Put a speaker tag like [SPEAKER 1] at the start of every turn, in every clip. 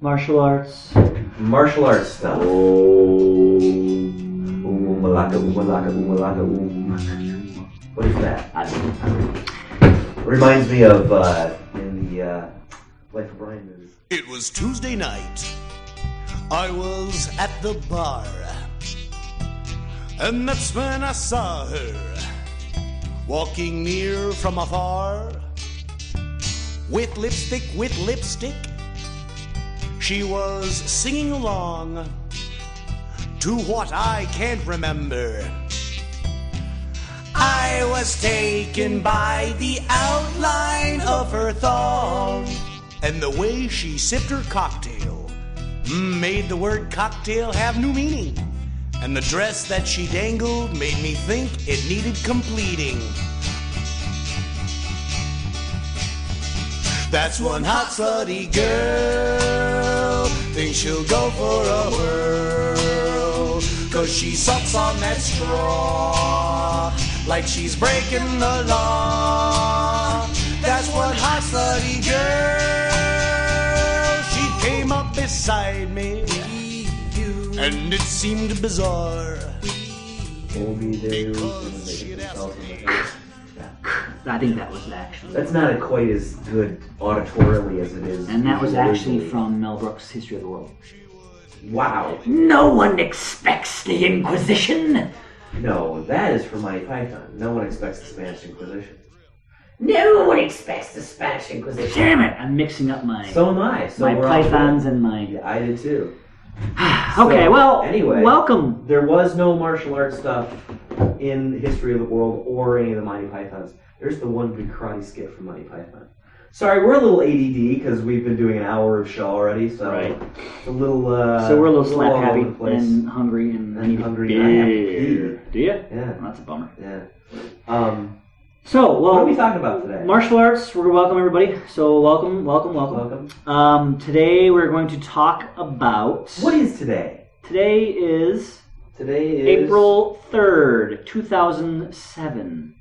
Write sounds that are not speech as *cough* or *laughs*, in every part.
[SPEAKER 1] Martial arts.
[SPEAKER 2] martial arts stuff. Oh, ooh, malaka, ooh, malaka, ooh, malaka, ooh. What is that? I don't I don't know. Reminds me of uh, in the uh, Life of Brian movie.
[SPEAKER 3] It was Tuesday night. I was at the bar. And that's when I saw her walking near from afar. With lipstick, with lipstick, she was singing along to what I can't remember. I was taken by the outline of her thong and the way she sipped her cocktail made the word cocktail have new meaning. And the dress that she dangled made me think it needed completing. That's one hot slutty girl. Think she'll go for a whirl. Cause she sucks on that straw. Like she's breaking the law. That's one hot slutty girl. She came up beside me. And it seemed bizarre.
[SPEAKER 2] Obi there.
[SPEAKER 3] Because she'd asked me.
[SPEAKER 1] I think that was actually.
[SPEAKER 2] That's not quite as good auditorily as it is.
[SPEAKER 1] And that was actually
[SPEAKER 2] visually.
[SPEAKER 1] from Mel Brooks' History of the World.
[SPEAKER 2] Wow.
[SPEAKER 1] No one expects the Inquisition!
[SPEAKER 2] No, that is from Monty Python. No one expects the Spanish Inquisition.
[SPEAKER 1] No one expects the Spanish Inquisition! Damn it! I'm mixing up my,
[SPEAKER 2] So am I. So
[SPEAKER 1] my
[SPEAKER 2] we're all-
[SPEAKER 1] pythons and my.
[SPEAKER 2] Yeah, I did too.
[SPEAKER 1] okay,
[SPEAKER 2] So,
[SPEAKER 1] well,
[SPEAKER 2] anyway.
[SPEAKER 1] welcome.
[SPEAKER 2] There was no martial arts stuff in the history of the world or any of the Monty Pythons. There's the one good karate skit from Monty Python. Sorry, we're a little ADD because we've been doing an hour of show already, so
[SPEAKER 1] Right.
[SPEAKER 2] it's a little. Uh,
[SPEAKER 1] so we're a little
[SPEAKER 2] all
[SPEAKER 1] slap
[SPEAKER 2] over
[SPEAKER 1] happy
[SPEAKER 2] the place.
[SPEAKER 1] and hungry and I
[SPEAKER 2] And
[SPEAKER 1] need
[SPEAKER 2] hungry
[SPEAKER 1] a
[SPEAKER 2] and I have to
[SPEAKER 1] beer. Do you?
[SPEAKER 2] Yeah,
[SPEAKER 1] Well, that's a bummer.
[SPEAKER 2] yeah. Um,
[SPEAKER 1] So, well,
[SPEAKER 2] what are we talking about today?
[SPEAKER 1] martial arts. We're gonna welcome everybody. So, welcome, welcome, welcome.
[SPEAKER 2] Welcome.
[SPEAKER 1] Um, today we're going to talk about.
[SPEAKER 2] What is today?
[SPEAKER 1] Today is
[SPEAKER 2] Today is
[SPEAKER 1] April third, two thousand seven.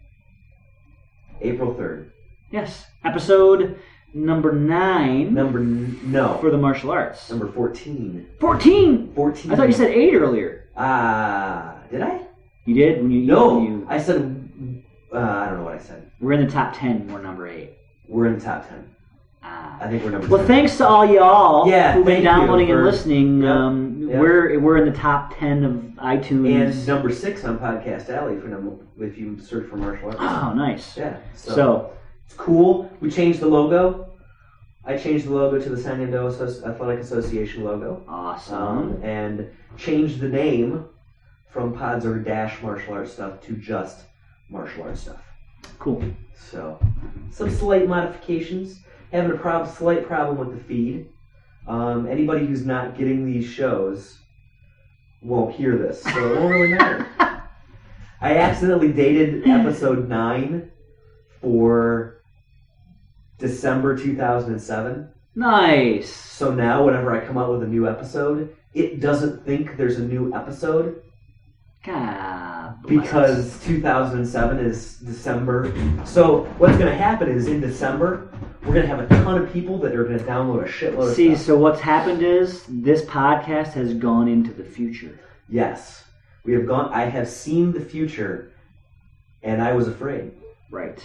[SPEAKER 2] April third.
[SPEAKER 1] Yes, episode number nine
[SPEAKER 2] Number n- no.
[SPEAKER 1] for the martial arts.
[SPEAKER 2] Number fourteen.
[SPEAKER 1] Fourteen.
[SPEAKER 2] Fourteen.
[SPEAKER 1] I thought you said eight earlier.
[SPEAKER 2] Ah, did I?
[SPEAKER 1] You did when you
[SPEAKER 2] No,
[SPEAKER 1] when you-
[SPEAKER 2] I said. Uh, I don't know what I said.
[SPEAKER 1] We're in the top ten. We're number eight.
[SPEAKER 2] We're in the top ten.
[SPEAKER 1] Ah.
[SPEAKER 2] I think we're number.
[SPEAKER 1] Well,
[SPEAKER 2] 10.
[SPEAKER 1] thanks to all y'all
[SPEAKER 2] Yeah,
[SPEAKER 1] who've
[SPEAKER 2] thank
[SPEAKER 1] been
[SPEAKER 2] you
[SPEAKER 1] downloading and
[SPEAKER 2] for-
[SPEAKER 1] listening.
[SPEAKER 2] yeah,
[SPEAKER 1] um,
[SPEAKER 2] yeah.
[SPEAKER 1] We're we're in the top ten of iTunes.
[SPEAKER 2] And number six on Podcast Alley for number if you search for martial arts.
[SPEAKER 1] oh, nice.
[SPEAKER 2] yeah.
[SPEAKER 1] So,
[SPEAKER 2] So, it's cool. We changed the logo. I changed the logo to the San Diego Asso- Athletic Association logo,
[SPEAKER 1] awesome.
[SPEAKER 2] um, and changed the name from Pods or Dash Martial Arts Stuff to just Martial Arts Stuff.
[SPEAKER 1] cool.
[SPEAKER 2] So, some slight modifications. Having a prob- slight problem with the feed. Um, anybody who's not getting these shows won't hear this, so it won't really matter. I accidentally dated episode 9 for December 2007.
[SPEAKER 1] Nice.
[SPEAKER 2] So now, whenever I come out with a new episode, it doesn't think there's a new episode
[SPEAKER 1] God bless.
[SPEAKER 2] because 2007 is December. So what's going to happen is in December, we're going to have a ton of people that are going to download a shitload of
[SPEAKER 1] See,
[SPEAKER 2] stuff.
[SPEAKER 1] so what's happened is this podcast has gone into the future.
[SPEAKER 2] Yes, we have gone. I have seen the future, and I was afraid.
[SPEAKER 1] Right.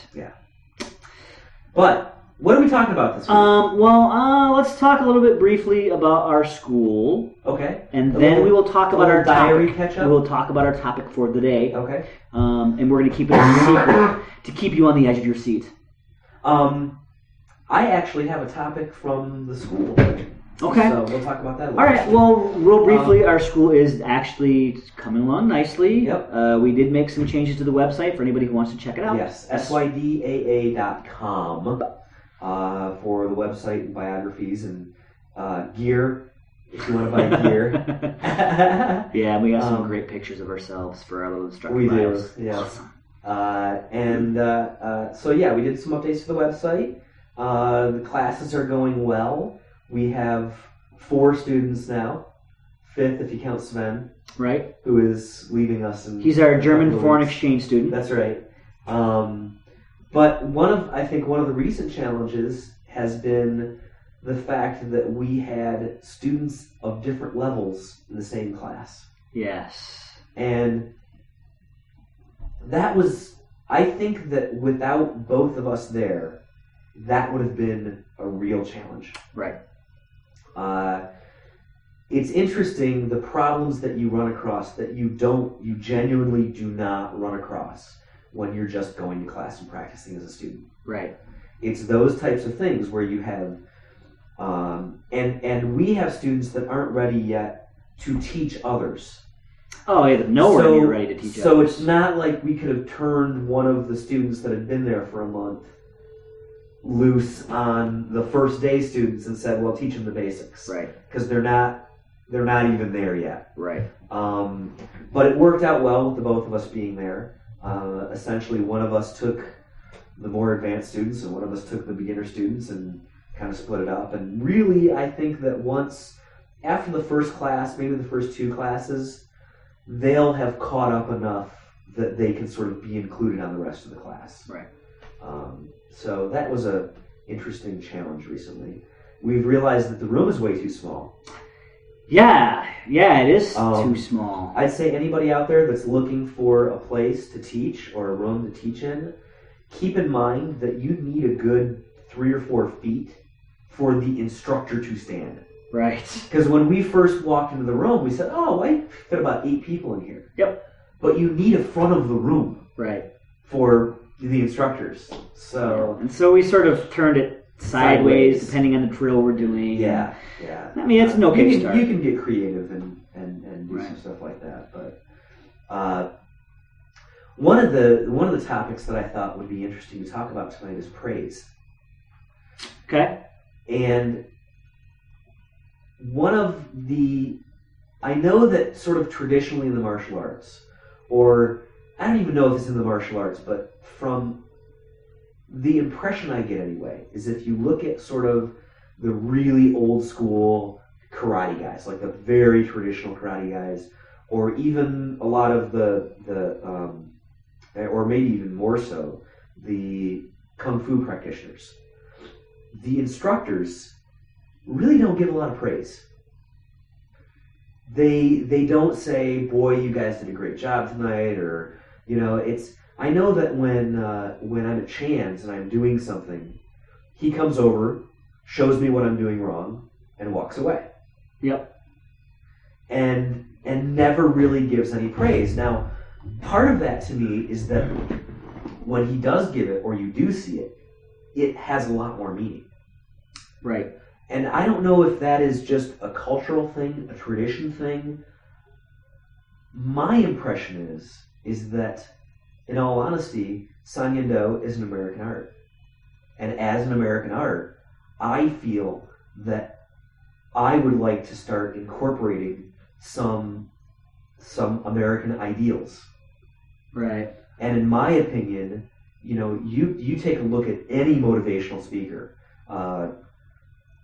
[SPEAKER 2] But what are we talking about this week?
[SPEAKER 1] Um, well, uh, let's talk a little bit briefly about our school,
[SPEAKER 2] okay.
[SPEAKER 1] and
[SPEAKER 2] A
[SPEAKER 1] then
[SPEAKER 2] little-
[SPEAKER 1] we will talk
[SPEAKER 2] a
[SPEAKER 1] about
[SPEAKER 2] little
[SPEAKER 1] our
[SPEAKER 2] diary
[SPEAKER 1] topic.
[SPEAKER 2] catch-up?
[SPEAKER 1] We will talk about our topic for the day,
[SPEAKER 2] Okay.
[SPEAKER 1] um, and we're going to keep it
[SPEAKER 2] *coughs*
[SPEAKER 1] a secret to keep you on the edge of your seat.
[SPEAKER 2] Um, I actually have a topic from the school.
[SPEAKER 1] Okay.
[SPEAKER 2] So we'll talk about that. Later.
[SPEAKER 1] All right. Well,
[SPEAKER 2] Um,
[SPEAKER 1] real briefly, our school is actually coming along nicely.
[SPEAKER 2] Yep.
[SPEAKER 1] Uh, we did make some changes to the website for anybody who wants to check it out.
[SPEAKER 2] Yes, sydaa.com uh, for the website and biographies and uh, gear if you want to
[SPEAKER 1] *laughs*
[SPEAKER 2] buy gear. *laughs*
[SPEAKER 1] yeah, we got some
[SPEAKER 2] Um,
[SPEAKER 1] great pictures of ourselves for our little instructor
[SPEAKER 2] we do,
[SPEAKER 1] bios.
[SPEAKER 2] yeah.
[SPEAKER 1] Awesome.
[SPEAKER 2] Uh, and uh, uh, so, yeah, we did some updates to the website. Uh, the classes are going well. We have four students now, fifth if you count Sven,
[SPEAKER 1] Right.
[SPEAKER 2] who is leaving us. In
[SPEAKER 1] He's our
[SPEAKER 2] a couple
[SPEAKER 1] German
[SPEAKER 2] of
[SPEAKER 1] foreign
[SPEAKER 2] weeks.
[SPEAKER 1] exchange student.
[SPEAKER 2] That's right. Um, but one of I think one of the recent challenges has been the fact that we had students of different levels in the same class.
[SPEAKER 1] Yes.
[SPEAKER 2] And that was, I think that without both of us there, that would have been a real challenge.
[SPEAKER 1] Right.
[SPEAKER 2] Uh, it's interesting the problems that you run across that you don't, you genuinely do not run across when you're just going to class and practicing as a student.
[SPEAKER 1] Right.
[SPEAKER 2] It's those types of things where you have, um, and and we have students that aren't ready yet to teach others.
[SPEAKER 1] Oh, yeah, nowhere
[SPEAKER 2] So-
[SPEAKER 1] near ready to teach
[SPEAKER 2] So
[SPEAKER 1] others.
[SPEAKER 2] it's not like we could have turned one of the students that had been there for a month loose on the first day students and said, "Well, teach them the basics,"
[SPEAKER 1] Right.
[SPEAKER 2] because they're not they're not even there yet.
[SPEAKER 1] Right.
[SPEAKER 2] Um, but it worked out well with the both of us being there. Uh, essentially, one of us took the more advanced students, and one of us took the beginner students, and kind of split it up. And really, I think that once after the first class, maybe the first two classes, they'll have caught up enough that they can sort of be included on the rest of the class.
[SPEAKER 1] Right.
[SPEAKER 2] Um, so that was a interesting challenge recently. We've realized that the room is way too small.
[SPEAKER 1] Yeah. Yeah, it is
[SPEAKER 2] Um,
[SPEAKER 1] too small.
[SPEAKER 2] I'd say anybody out there that's looking for a place to teach or a room to teach in, keep in mind that you need a good three or four feet for the instructor to stand.
[SPEAKER 1] right.
[SPEAKER 2] Because when we first walked into the room, we said, oh, I fit about eight people in here.
[SPEAKER 1] Yep.
[SPEAKER 2] But you need a front of the room
[SPEAKER 1] Right.
[SPEAKER 2] for the instructors. So,
[SPEAKER 1] And so we sort of turned it sideways,
[SPEAKER 2] Sideways.
[SPEAKER 1] depending on the drill we're doing.
[SPEAKER 2] yeah, yeah.
[SPEAKER 1] I mean, it's an okay
[SPEAKER 2] you can,
[SPEAKER 1] start.
[SPEAKER 2] You can get creative and, and, and do some
[SPEAKER 1] Right.
[SPEAKER 2] stuff like that. But uh, one of the one of the topics that I thought would be interesting to talk about tonight is praise.
[SPEAKER 1] Okay.
[SPEAKER 2] And one of the, I know that sort of traditionally in the martial arts, or I don't even know if it's in the martial arts, but from the impression I get anyway, is if you look at sort of the really old school karate guys, like the very traditional karate guys, or even a lot of the, the um, or maybe even more so, the kung fu practitioners the instructors really don't give a lot of praise. They they don't say, "Boy, you guys did a great job tonight," or you know, it's. I know that when uh, when I'm at Chan's and I'm doing something, he comes over, shows me what I'm doing wrong, and walks away.
[SPEAKER 1] Yep.
[SPEAKER 2] And and never really gives any praise. Now, part of that to me is that when he does give it or you do see it, it has a lot more meaning.
[SPEAKER 1] Right.
[SPEAKER 2] And I don't know if that is just a cultural thing, a tradition thing. My impression is is that, in all honesty, Sanyendo is an American art, and as an American art, I feel that I would like to start incorporating some some American ideals.
[SPEAKER 1] Right.
[SPEAKER 2] And in my opinion, you know, you you take a look at any motivational speaker, uh,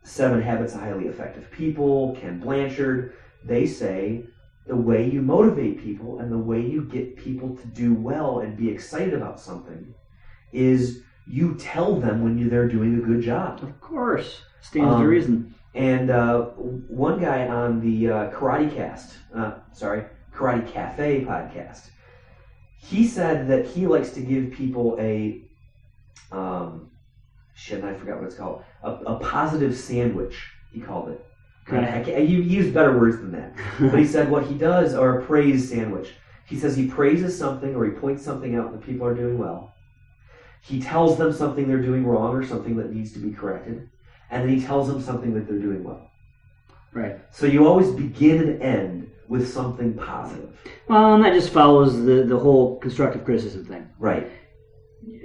[SPEAKER 2] Seven Habits of Highly Effective People, Ken Blanchard, they say the way you motivate people and the way you get people to do well and be excited about something is you tell them when you they're doing a good job.
[SPEAKER 1] Of course. Stands
[SPEAKER 2] Um,
[SPEAKER 1] to reason.
[SPEAKER 2] And uh, one guy on the uh, Karate Cast, uh, sorry, Karate Cafe podcast, he said that he likes to give people a, um, shit, I forgot what it's called, a, a positive sandwich, he called it. I can't, he used better words than that. But he said what he does are a praise sandwich. He says he praises something or he points something out that people are doing well. He tells them something they're doing wrong or something that needs to be corrected. And then he tells them something that they're doing well.
[SPEAKER 1] *laughs* right.
[SPEAKER 2] So you always begin and end with something positive.
[SPEAKER 1] Well, and that just follows the, the whole constructive criticism thing.
[SPEAKER 2] Right.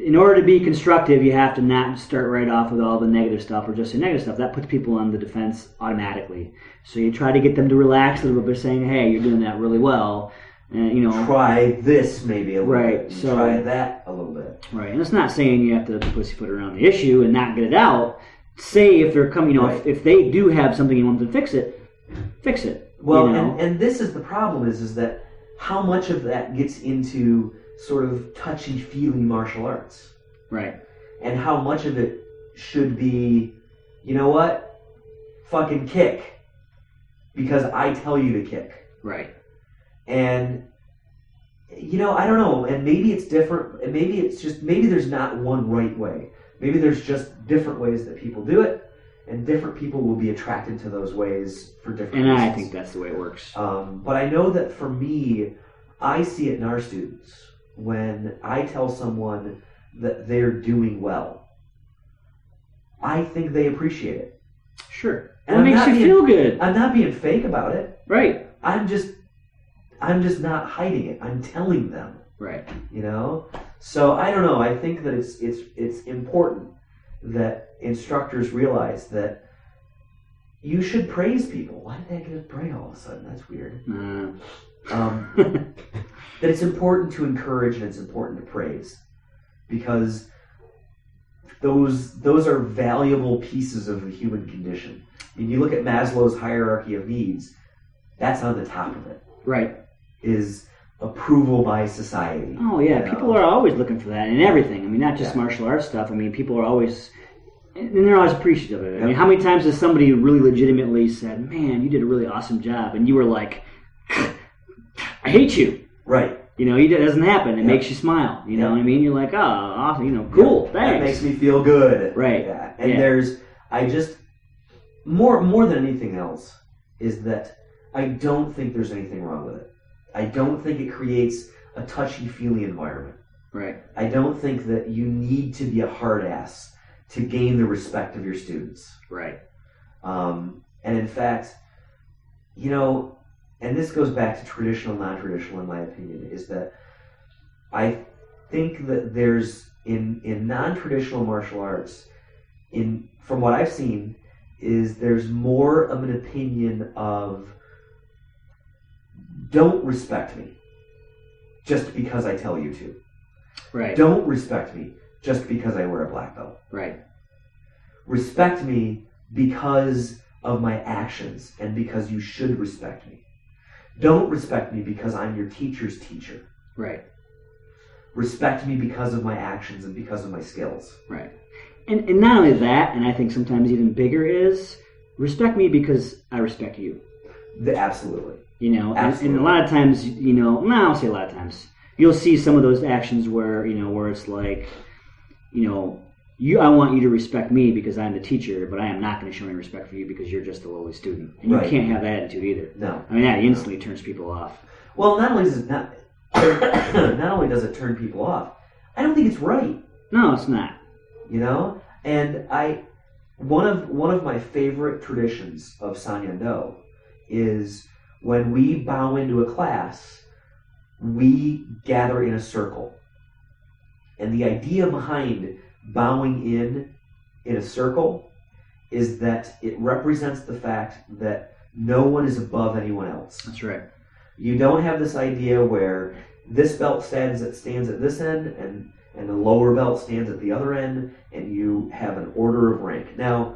[SPEAKER 1] In order to be constructive, you have to not start right off with all the negative stuff or just the negative stuff. That puts people on the defense automatically. So you try to get them to relax a little bit by saying, hey, you're doing that really well. And, you know,
[SPEAKER 2] Try this maybe a little
[SPEAKER 1] Right,
[SPEAKER 2] bit. and
[SPEAKER 1] so-
[SPEAKER 2] try that a little bit.
[SPEAKER 1] Right, and it's not saying you have to pussyfoot around the issue and not get it out. Say if they're coming, you know, if,
[SPEAKER 2] Right.
[SPEAKER 1] if they do have something you want them to fix it, fix it.
[SPEAKER 2] Well,
[SPEAKER 1] you know?
[SPEAKER 2] and, and this is the problem is is that how much of that gets into sort of touchy feely martial arts?
[SPEAKER 1] right,
[SPEAKER 2] and how much of it should be, you know what? fucking kick because I tell you to kick.
[SPEAKER 1] Right.
[SPEAKER 2] And you know, I don't know, and maybe it's different and maybe it's just maybe there's not one right way. Maybe there's just different ways that people do it and different people will be attracted to those ways for different
[SPEAKER 1] And
[SPEAKER 2] reasons.
[SPEAKER 1] I think that's the way it works.
[SPEAKER 2] Um, but I know that for me, I see it in our students when I tell someone that they're doing well. I think they appreciate it.
[SPEAKER 1] Sure.
[SPEAKER 2] And
[SPEAKER 1] That
[SPEAKER 2] I'm
[SPEAKER 1] makes
[SPEAKER 2] not
[SPEAKER 1] you
[SPEAKER 2] being-
[SPEAKER 1] feel good.
[SPEAKER 2] I'm not being fake about it.
[SPEAKER 1] Right.
[SPEAKER 2] I'm just, I'm just not hiding it. I'm telling them.
[SPEAKER 1] Right.
[SPEAKER 2] you know so i don't know i think that it's it's it's important that instructors realize that you should praise people why did that get a brain all of a sudden that's weird
[SPEAKER 1] Uh,
[SPEAKER 2] um, that it's important to encourage and it's important to praise because those those are valuable pieces of the human condition i mean you look at maslow's hierarchy of needs that's on the top of it
[SPEAKER 1] right.
[SPEAKER 2] is approval by society
[SPEAKER 1] Oh yeah,
[SPEAKER 2] you
[SPEAKER 1] people
[SPEAKER 2] know?
[SPEAKER 1] are always looking for that in everything. I mean, not just
[SPEAKER 2] Yeah.
[SPEAKER 1] martial arts stuff. I mean, people are always, and they're always appreciative of it. I mean,
[SPEAKER 2] Yep.
[SPEAKER 1] how many times has somebody really legitimately said, "Man, you did a really awesome job," and you were like, "I hate you."
[SPEAKER 2] right
[SPEAKER 1] You know, it doesn't happen. It
[SPEAKER 2] Yep.
[SPEAKER 1] makes you smile. You know
[SPEAKER 2] Yep.
[SPEAKER 1] what I mean? You're like, "Oh, awesome." You know, cool.
[SPEAKER 2] That
[SPEAKER 1] Thanks.
[SPEAKER 2] makes me feel good.
[SPEAKER 1] Right.
[SPEAKER 2] Yeah. And
[SPEAKER 1] Yeah.
[SPEAKER 2] there's I just more more than anything else is that I don't think there's anything wrong with it. I don't think it creates a touchy feely environment.
[SPEAKER 1] Right.
[SPEAKER 2] I don't think that you need to be a hard ass to gain the respect of your students.
[SPEAKER 1] Right.
[SPEAKER 2] Um, and in fact, you know, and this goes back to traditional, non traditional, in my opinion, is that I think that there's in, in non traditional martial arts, in from what I've seen, is there's more of an opinion of don't respect me just because I tell you to.
[SPEAKER 1] Right.
[SPEAKER 2] Don't respect me just because I wear a black belt
[SPEAKER 1] Right.
[SPEAKER 2] respect me because of my actions and because you should respect me. Don't respect me because I'm your teacher's teacher.
[SPEAKER 1] Right.
[SPEAKER 2] Respect me because of my actions and because of my skills.
[SPEAKER 1] Right. And, and not only that, and I think sometimes even bigger is respect me because I respect you.
[SPEAKER 2] The, absolutely.
[SPEAKER 1] You know, and, and
[SPEAKER 2] Absolutely.
[SPEAKER 1] a lot of times, you know, no, I'll say a lot of times, you'll see some of those actions where you know where it's like, you know, you I want you to respect me because I'm the teacher, but I am not going to show any respect for you because you're just a lowly student, and you
[SPEAKER 2] Right.
[SPEAKER 1] can't have that attitude either.
[SPEAKER 2] No.
[SPEAKER 1] I mean, that instantly turns people off.
[SPEAKER 2] Well, not only does it not, *coughs* not only does it turn people off, I don't think it's right.
[SPEAKER 1] No, it's not.
[SPEAKER 2] you know and i one of one of my favorite traditions of sanyando is when we bow into a class we gather in a circle and the idea behind bowing in in a circle is that it represents the fact that no one is above anyone else
[SPEAKER 1] That's right.
[SPEAKER 2] you don't have this idea where this belt stands at stands at this end and and the lower belt stands at the other end and you have an order of rank. Now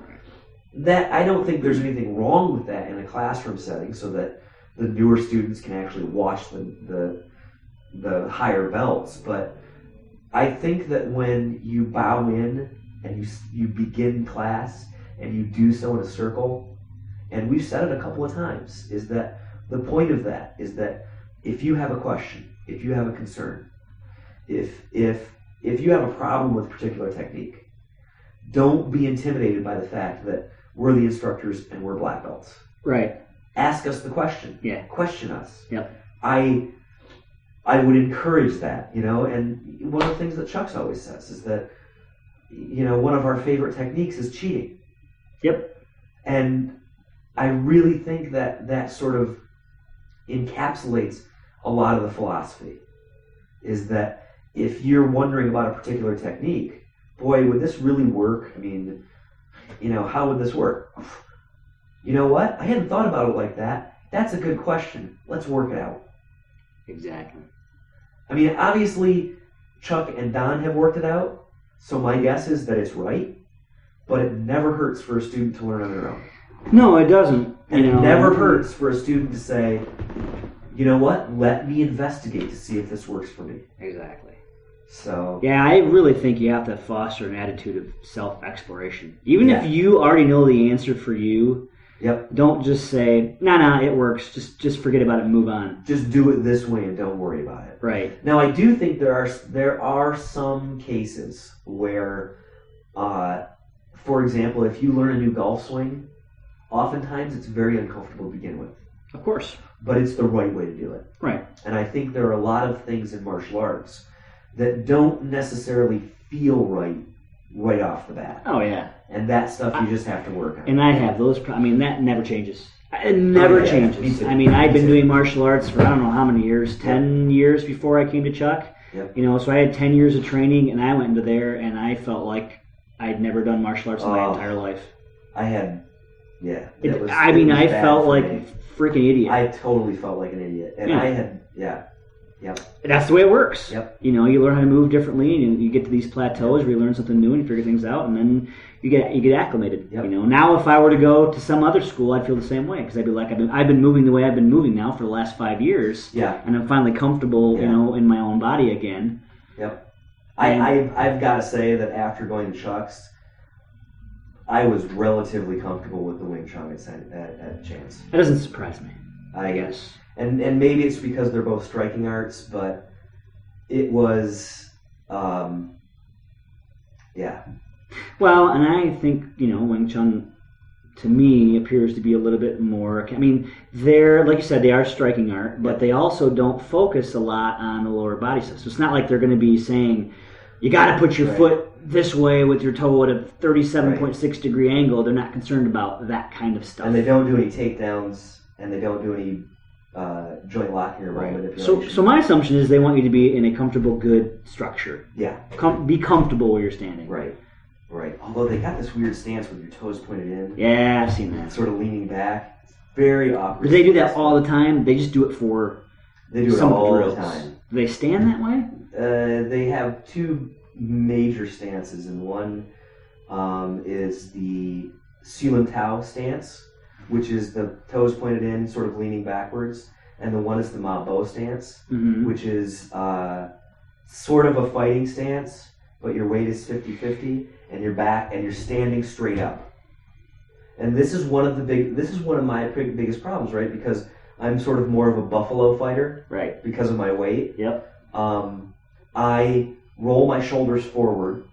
[SPEAKER 2] that I don't think there's anything wrong with that in a classroom setting so that the newer students can actually watch the the, the higher belts, but I think that when you bow in and you s- you begin class and you do so in a circle, and we've said it a couple of times, is that the point of that is that if you have a question, if you have a concern, if if if you have a problem with a particular technique, don't be intimidated by the fact that we're the instructors and we're black belts.
[SPEAKER 1] Right.
[SPEAKER 2] Ask us the question.
[SPEAKER 1] Yeah.
[SPEAKER 2] Question us.
[SPEAKER 1] Yep.
[SPEAKER 2] I I would encourage that, you know, and one of the things that Chuck's always says is that you know, one of our favorite techniques is cheating.
[SPEAKER 1] Yep.
[SPEAKER 2] And I really think that that sort of encapsulates a lot of the philosophy is that if you're wondering about a particular technique, boy, would this really work? I mean, you know, how would this work? You know what? I hadn't thought about it like that. That's a good question. Let's work it out.
[SPEAKER 1] Exactly.
[SPEAKER 2] I mean, obviously, Chuck and Don have worked it out, so my guess is that it's right, but it never hurts for a student to learn on their own.
[SPEAKER 1] No, it doesn't. You
[SPEAKER 2] And
[SPEAKER 1] know,
[SPEAKER 2] it never hurts for a student to say, you know what, let me investigate to see if this works for me.
[SPEAKER 1] Exactly.
[SPEAKER 2] So,
[SPEAKER 1] Yeah, I really think you have to foster an attitude of self exploration. Even
[SPEAKER 2] Yeah.
[SPEAKER 1] if you already know the answer for you,
[SPEAKER 2] Yep.
[SPEAKER 1] Don't just say, nah, nah, it works. Just just forget about it and move on.
[SPEAKER 2] Just do it this way and don't worry about it.
[SPEAKER 1] Right.
[SPEAKER 2] Now, I do think there are there are some cases where, uh, for example, if you learn a new golf swing, oftentimes it's very uncomfortable to begin with,
[SPEAKER 1] Of course.
[SPEAKER 2] but it's the right way to do it.
[SPEAKER 1] Right.
[SPEAKER 2] And I think there are a lot of things in martial arts that don't necessarily feel right right off the bat,
[SPEAKER 1] Oh yeah.
[SPEAKER 2] and that stuff you just have to work on.
[SPEAKER 1] And I have those. Pro- I mean, that never changes. It never
[SPEAKER 2] Oh, yeah, me
[SPEAKER 1] changes.
[SPEAKER 2] too.
[SPEAKER 1] I mean, I've
[SPEAKER 2] Me
[SPEAKER 1] been
[SPEAKER 2] too.
[SPEAKER 1] doing martial arts for I don't know how many years. Ten years before I came to Chuck.
[SPEAKER 2] Yep.
[SPEAKER 1] You know, so I had ten years of training, and I went into there, and I felt like I'd never done martial arts in my
[SPEAKER 2] Oh.
[SPEAKER 1] entire life.
[SPEAKER 2] I had, yeah.
[SPEAKER 1] It-
[SPEAKER 2] that was-
[SPEAKER 1] I
[SPEAKER 2] it
[SPEAKER 1] mean,
[SPEAKER 2] was
[SPEAKER 1] I
[SPEAKER 2] bad
[SPEAKER 1] felt
[SPEAKER 2] for
[SPEAKER 1] like
[SPEAKER 2] me.
[SPEAKER 1] a freaking idiot.
[SPEAKER 2] I totally felt like an idiot, and
[SPEAKER 1] Yeah.
[SPEAKER 2] I had, yeah,
[SPEAKER 1] That's the way it works.
[SPEAKER 2] Yep.
[SPEAKER 1] You know, you learn how to move differently, and you get to these plateaus where you learn something new and you figure things out, and then you get you get acclimated.
[SPEAKER 2] Yep.
[SPEAKER 1] You know, now if I were to go to some other school, I'd feel the same way because I'd be like, I've been I've been moving the way I've been moving now for the last five years,
[SPEAKER 2] yeah.
[SPEAKER 1] and I'm finally comfortable, you
[SPEAKER 2] Yeah.
[SPEAKER 1] know, in my own body again.
[SPEAKER 2] I,
[SPEAKER 1] And-
[SPEAKER 2] I've, I've got to say that after going to Chuck's, I was relatively comfortable with the Wing Chun at, Sen- at, at Chance.
[SPEAKER 1] That doesn't surprise me.
[SPEAKER 2] I
[SPEAKER 1] I
[SPEAKER 2] guess,
[SPEAKER 1] guess.
[SPEAKER 2] and and maybe it's because they're both striking arts, but it was, um, yeah,
[SPEAKER 1] Well, and I think you know Wing Chun to me appears to be a little bit more. I mean, they're like you said, they are striking art, but they also don't focus a lot on the lower body stuff. So it's not like they're going to be saying you got to put your
[SPEAKER 2] Right.
[SPEAKER 1] foot this way with your toe at a thirty-seven point six degree angle. They're not concerned about that kind of stuff.
[SPEAKER 2] and they don't do any takedowns, and they don't do any uh, joint locking or
[SPEAKER 1] Right.
[SPEAKER 2] right. manipulation.
[SPEAKER 1] So, so my assumption is they want you to be in a comfortable, good structure.
[SPEAKER 2] yeah,
[SPEAKER 1] Com- be comfortable where you're standing.
[SPEAKER 2] right, right. Although they got this weird stance with your toes pointed in,
[SPEAKER 1] Yeah, I've seen that.
[SPEAKER 2] sort of leaning back. It's very awkward.
[SPEAKER 1] They do that all the time. They just do it for
[SPEAKER 2] They do it
[SPEAKER 1] Some
[SPEAKER 2] all
[SPEAKER 1] drills.
[SPEAKER 2] the time.
[SPEAKER 1] Do they stand that way?
[SPEAKER 2] Uh, they have two major stances, and one um, is the Sealant Tao stance, which is the toes pointed in, sort of leaning backwards, and the one is the Ma Bo stance,
[SPEAKER 1] Mm-hmm.
[SPEAKER 2] which is uh, sort of a fighting stance, but your weight is 50 50, and you're back, and you're standing straight up. And this is one of the big, this is one of my big, biggest problems, right? Because I'm sort of more of a buffalo fighter
[SPEAKER 1] Right.
[SPEAKER 2] because of my weight
[SPEAKER 1] Yep.
[SPEAKER 2] um, I roll my shoulders forward,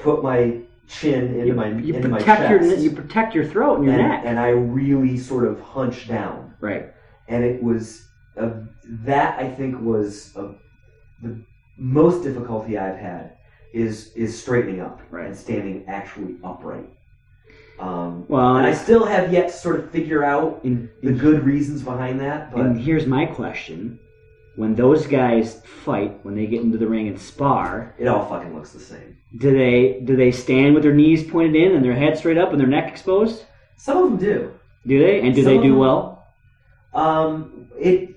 [SPEAKER 2] put my chin into my
[SPEAKER 1] You
[SPEAKER 2] into my
[SPEAKER 1] protect
[SPEAKER 2] chest,
[SPEAKER 1] your you protect your throat and your
[SPEAKER 2] and,
[SPEAKER 1] neck.
[SPEAKER 2] and I really sort of hunch down.
[SPEAKER 1] right.
[SPEAKER 2] And it was a, that I think was a, the most difficulty I've had is is straightening up
[SPEAKER 1] Right.
[SPEAKER 2] and standing actually upright. Um,
[SPEAKER 1] Well,
[SPEAKER 2] and I
[SPEAKER 1] and,
[SPEAKER 2] still have yet to sort of figure out
[SPEAKER 1] and,
[SPEAKER 2] the good reasons behind that, but
[SPEAKER 1] and here's my question: When those guys fight, when they get into the ring and spar,
[SPEAKER 2] it all fucking looks the same.
[SPEAKER 1] do they do they stand with their knees pointed in and their head straight up and their neck exposed?
[SPEAKER 2] Some of them do.
[SPEAKER 1] Do they? And do
[SPEAKER 2] Some
[SPEAKER 1] they
[SPEAKER 2] of
[SPEAKER 1] do
[SPEAKER 2] them-
[SPEAKER 1] well?
[SPEAKER 2] Um, it.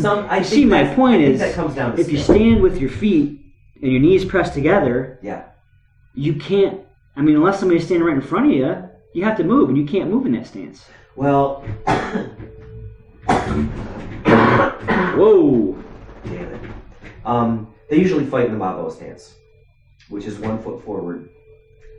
[SPEAKER 2] Some I think
[SPEAKER 1] See, my
[SPEAKER 2] that's-
[SPEAKER 1] point
[SPEAKER 2] I think
[SPEAKER 1] is,
[SPEAKER 2] that comes down to
[SPEAKER 1] If you
[SPEAKER 2] skill.
[SPEAKER 1] stand with your feet and your knees pressed together,
[SPEAKER 2] yeah,
[SPEAKER 1] you can't. I mean, unless somebody's standing right in front of you, you have to move, and you can't move in that stance.
[SPEAKER 2] well, *coughs*
[SPEAKER 1] Whoa.
[SPEAKER 2] damn it. Um, they usually fight in the Mabo stance, which is one foot forward,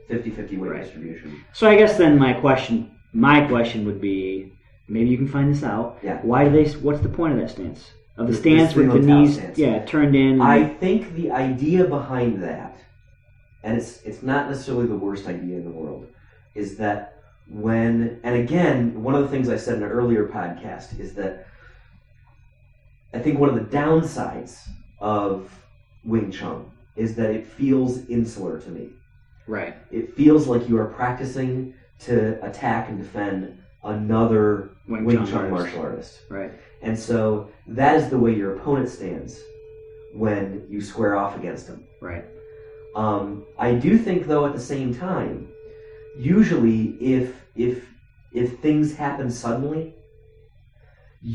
[SPEAKER 2] 50-50 weight
[SPEAKER 1] Right.
[SPEAKER 2] distribution.
[SPEAKER 1] So I guess then my question, my question would be, maybe you can find this out.
[SPEAKER 2] Yeah.
[SPEAKER 1] Why do they? What's the point of that stance? Of the
[SPEAKER 2] The-
[SPEAKER 1] stance
[SPEAKER 2] the
[SPEAKER 1] with the
[SPEAKER 2] Singletao
[SPEAKER 1] knees,
[SPEAKER 2] stance.
[SPEAKER 1] yeah, turned in.
[SPEAKER 2] I think the idea behind that, and it's it's not necessarily the worst idea in the world, is that when and again, one of the things I said in an earlier podcast is that I think one of the downsides of Wing Chun is that it feels insular to me.
[SPEAKER 1] right.
[SPEAKER 2] It feels like you are practicing to attack and defend another
[SPEAKER 1] Wing,
[SPEAKER 2] Wing
[SPEAKER 1] Chun
[SPEAKER 2] Chun
[SPEAKER 1] artist.
[SPEAKER 2] martial artist.
[SPEAKER 1] Right.
[SPEAKER 2] And so that is the way your opponent stands when you square off against him.
[SPEAKER 1] Right.
[SPEAKER 2] Um, I do think, though, at the same time, usually if if if things happen suddenly,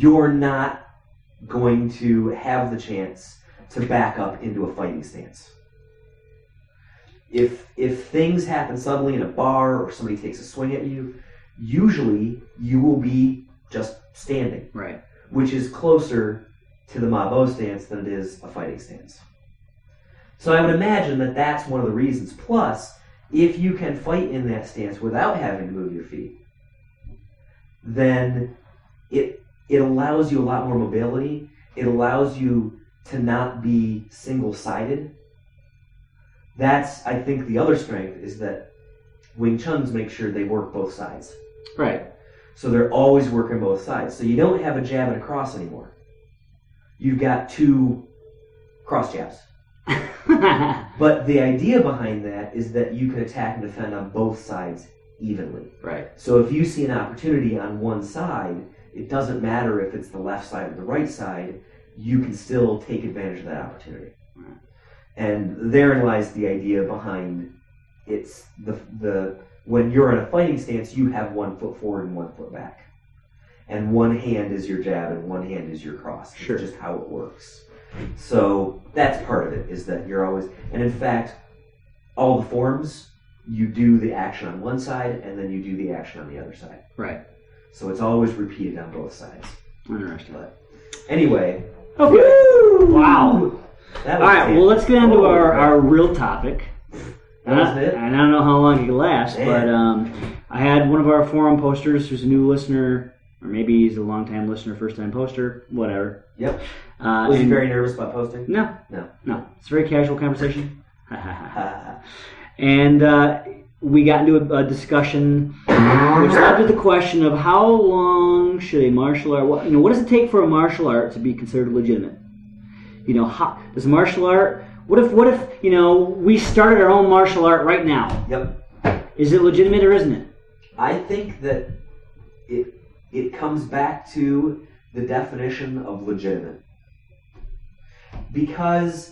[SPEAKER 2] you're not going to have the chance to back up into a fighting stance. If if things happen suddenly in a bar or somebody takes a swing at you, usually you will be just standing
[SPEAKER 1] Right.
[SPEAKER 2] which is closer to the Mabo stance than it is a fighting stance. So I would imagine that that's one of the reasons. Plus, If you can fight in that stance without having to move your feet, then it it allows you a lot more mobility. It allows you to not be single sided. That's I think the other strength is that Wing Chun's make sure they work both sides. *laughs*
[SPEAKER 1] Right.
[SPEAKER 2] So they're always working both sides. So you don't have a jab and a cross anymore. You've got two cross jabs. But the idea behind that is that you can attack and defend on both sides evenly.
[SPEAKER 1] right.
[SPEAKER 2] So if you see an opportunity on one side, it doesn't matter if it's the left side or the right side, you can still take advantage of that opportunity.
[SPEAKER 1] Right.
[SPEAKER 2] And therein lies the idea behind it's the the when you're in a fighting stance, you have one foot forward and one foot back. And one hand is your jab and one hand is your cross.
[SPEAKER 1] Sure.
[SPEAKER 2] It's just how it works. So that's part of it is that you're always and in fact all the forms you do the action on one side and then you do the action on the other side.
[SPEAKER 1] Right.
[SPEAKER 2] So it's always repeated on both sides.
[SPEAKER 1] Interesting.
[SPEAKER 2] But anyway,
[SPEAKER 1] Okay. Wow.
[SPEAKER 2] that was
[SPEAKER 1] All right.
[SPEAKER 2] it.
[SPEAKER 1] Well, let's get into
[SPEAKER 2] Whoa.
[SPEAKER 1] our, our real topic.
[SPEAKER 2] That was it?
[SPEAKER 1] I, I don't know how long it lasts,
[SPEAKER 2] Man.
[SPEAKER 1] but um, I had one of our forum posters who's a new listener, or maybe he's a long-time listener, first-time poster, whatever.
[SPEAKER 2] Yep.
[SPEAKER 1] Uh,
[SPEAKER 2] Was he
[SPEAKER 1] and-
[SPEAKER 2] very nervous about posting? *laughs*
[SPEAKER 1] No.
[SPEAKER 2] No.
[SPEAKER 1] No. It's a very casual conversation. *laughs*
[SPEAKER 2] Uh,
[SPEAKER 1] and uh, we got into a, a discussion which led to the question of how long should a martial art what, you know what does it take for a martial art to be considered legitimate you know how, does martial art what if what if you know we started our own martial art right now
[SPEAKER 2] yep.
[SPEAKER 1] is it legitimate or isn't it
[SPEAKER 2] I think that it it comes back to the definition of legitimate. Because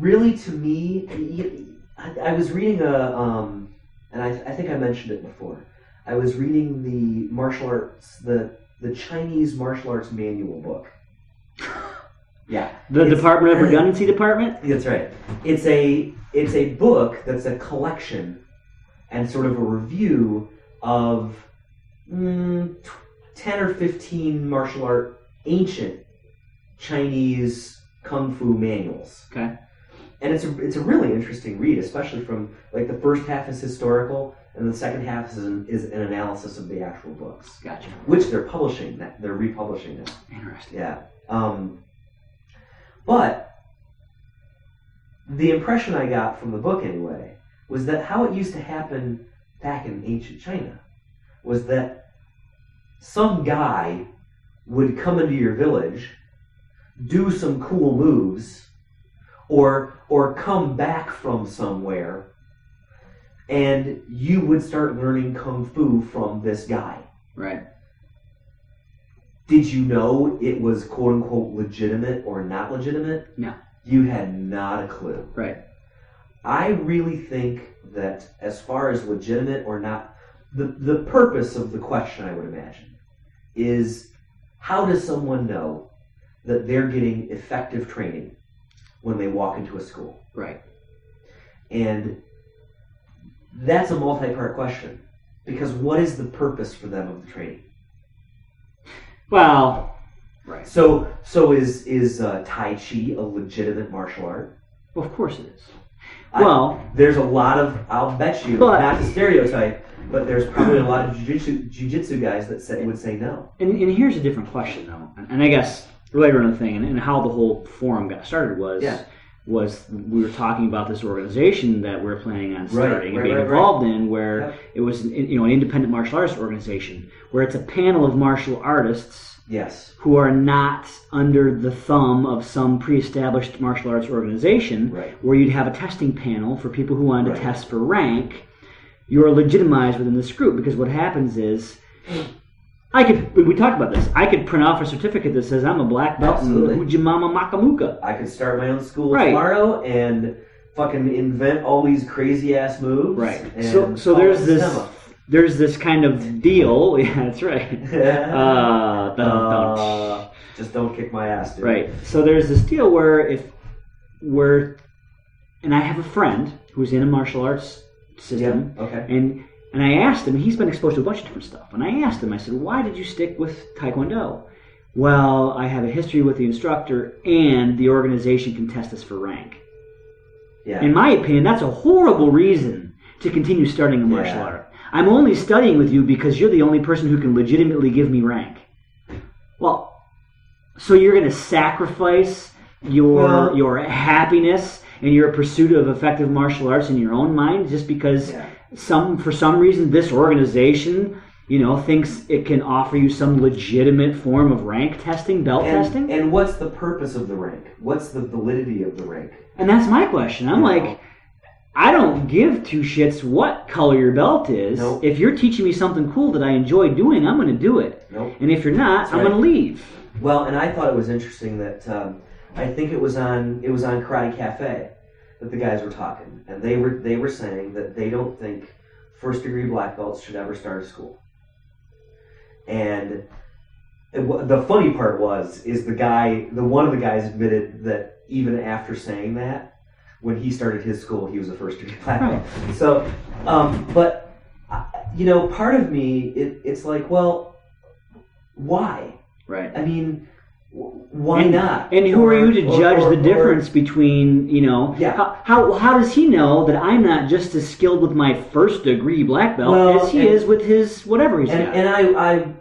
[SPEAKER 2] really to me y- I, I was reading a um, and I, I think I mentioned it before. I was reading the martial arts the the Chinese martial arts manual book. Yeah.
[SPEAKER 1] the
[SPEAKER 2] It's-
[SPEAKER 1] department of redundancy department
[SPEAKER 2] That's right. It's a it's a book that's a collection and sort of a review of mm, tw- ten or fifteen martial art ancient Chinese kung fu manuals.
[SPEAKER 1] Okay.
[SPEAKER 2] And it's a it's a really interesting read, especially from like the first half is historical and the second half is an, is an analysis of the actual books,
[SPEAKER 1] gotcha
[SPEAKER 2] which they're publishing. That they're republishing now.
[SPEAKER 1] interesting
[SPEAKER 2] Yeah. Um, but the impression I got from the book, anyway, was that how it used to happen back in ancient China was that some guy would come into your village, do some cool moves, or or come back from somewhere, and you would start learning kung fu from this guy
[SPEAKER 1] right
[SPEAKER 2] did you know it was quote unquote legitimate or not legitimate?
[SPEAKER 1] No.
[SPEAKER 2] You had not a clue.
[SPEAKER 1] right
[SPEAKER 2] I really think that as far as legitimate or not, the, the purpose of the question, I would imagine, is how does someone know that they're getting effective training when they walk into a school?
[SPEAKER 1] right
[SPEAKER 2] And that's a multi part question because what is the purpose for them of the training?
[SPEAKER 1] well right
[SPEAKER 2] So, so is is uh, Tai Chi a legitimate martial art?
[SPEAKER 1] of course it is
[SPEAKER 2] I-
[SPEAKER 1] well
[SPEAKER 2] There's a lot of, I'll bet you,
[SPEAKER 1] But-
[SPEAKER 2] not to stereotype, but there's probably a lot of jujitsu jujitsu guys that say, would say no.
[SPEAKER 1] And, and here's a different question though, and, and I guess related to the thing, and, and how the whole forum got started was
[SPEAKER 2] Yeah.
[SPEAKER 1] was we were talking about this organization that we're planning on starting and
[SPEAKER 2] right,
[SPEAKER 1] being
[SPEAKER 2] right, right.
[SPEAKER 1] involved in, where
[SPEAKER 2] Yep.
[SPEAKER 1] it was an, you know an independent martial arts organization, where it's a panel of martial artists
[SPEAKER 2] Yes,
[SPEAKER 1] who are not under the thumb of some pre-established martial arts organization,
[SPEAKER 2] Right.
[SPEAKER 1] where you'd have a testing panel for people who wanted to
[SPEAKER 2] Right.
[SPEAKER 1] test for rank. You're legitimized within this group because what happens is, I could we talked about this. I could print off a certificate that says I'm a black belt in
[SPEAKER 2] Absolutely.
[SPEAKER 1] Ujimama Makamuka.
[SPEAKER 2] I could start my own school
[SPEAKER 1] Right.
[SPEAKER 2] tomorrow and fucking invent all these crazy ass moves.
[SPEAKER 1] Right.
[SPEAKER 2] and
[SPEAKER 1] So so
[SPEAKER 2] call
[SPEAKER 1] there's
[SPEAKER 2] it
[SPEAKER 1] this
[SPEAKER 2] STEMA.
[SPEAKER 1] there's this kind of deal. *laughs* Yeah, that's right. Uh,
[SPEAKER 2] *laughs*
[SPEAKER 1] *laughs* dun, dun,
[SPEAKER 2] Uh, just don't kick my ass, dude.
[SPEAKER 1] Right. So there's this deal where if we're, and I have a friend who's in a martial arts
[SPEAKER 2] Yeah.
[SPEAKER 1] system,
[SPEAKER 2] Okay.
[SPEAKER 1] and and I asked him. He's been exposed to a bunch of different stuff, and I asked him. I said, "Why did you stick with Taekwondo?" Well, I have a history with the instructor, and the organization can test us for rank.
[SPEAKER 2] Yeah.
[SPEAKER 1] In my opinion, that's a horrible reason to continue studying a martial
[SPEAKER 2] Yeah.
[SPEAKER 1] art. I'm only studying with you because you're the only person who can legitimately give me rank. Well, so you're going to sacrifice your
[SPEAKER 2] Well-
[SPEAKER 1] your happiness and your pursuit of effective martial arts in your own mind just because
[SPEAKER 2] Yeah.
[SPEAKER 1] some for some reason this organization you know thinks it can offer you some legitimate form of rank testing belt
[SPEAKER 2] And,
[SPEAKER 1] testing
[SPEAKER 2] and what's the purpose of the rank? What's the validity of the rank?
[SPEAKER 1] And that's my question. I'm
[SPEAKER 2] No.
[SPEAKER 1] like, I don't give two shits what color your belt is.
[SPEAKER 2] Nope.
[SPEAKER 1] If you're teaching me something cool that I enjoy doing, I'm going to do it.
[SPEAKER 2] Nope.
[SPEAKER 1] And if you're not,
[SPEAKER 2] That's
[SPEAKER 1] I'm
[SPEAKER 2] right.
[SPEAKER 1] going to leave.
[SPEAKER 2] Well, and I thought it was interesting that um, I think it was on it was on Karate Cafe that the guys were talking, and they were they were saying that they don't think first degree black belts should ever start a school. And it, wa- the funny part was is the guy the one of the guys admitted that even after saying that. When he started his school, he was a first degree black belt. So, um, but I- you know, part of me, it, it's like, well, why?
[SPEAKER 1] Right.
[SPEAKER 2] I mean, w- why
[SPEAKER 1] And-
[SPEAKER 2] not?
[SPEAKER 1] And who are you to
[SPEAKER 2] Or- or-
[SPEAKER 1] judge
[SPEAKER 2] or-
[SPEAKER 1] the difference between, you know,
[SPEAKER 2] Yeah.
[SPEAKER 1] how, how how does he know that I'm not just as skilled with my first degree black belt
[SPEAKER 2] Well,
[SPEAKER 1] as he
[SPEAKER 2] and-
[SPEAKER 1] is with his whatever
[SPEAKER 2] Or,
[SPEAKER 1] he's
[SPEAKER 2] and
[SPEAKER 1] got?
[SPEAKER 2] and I, I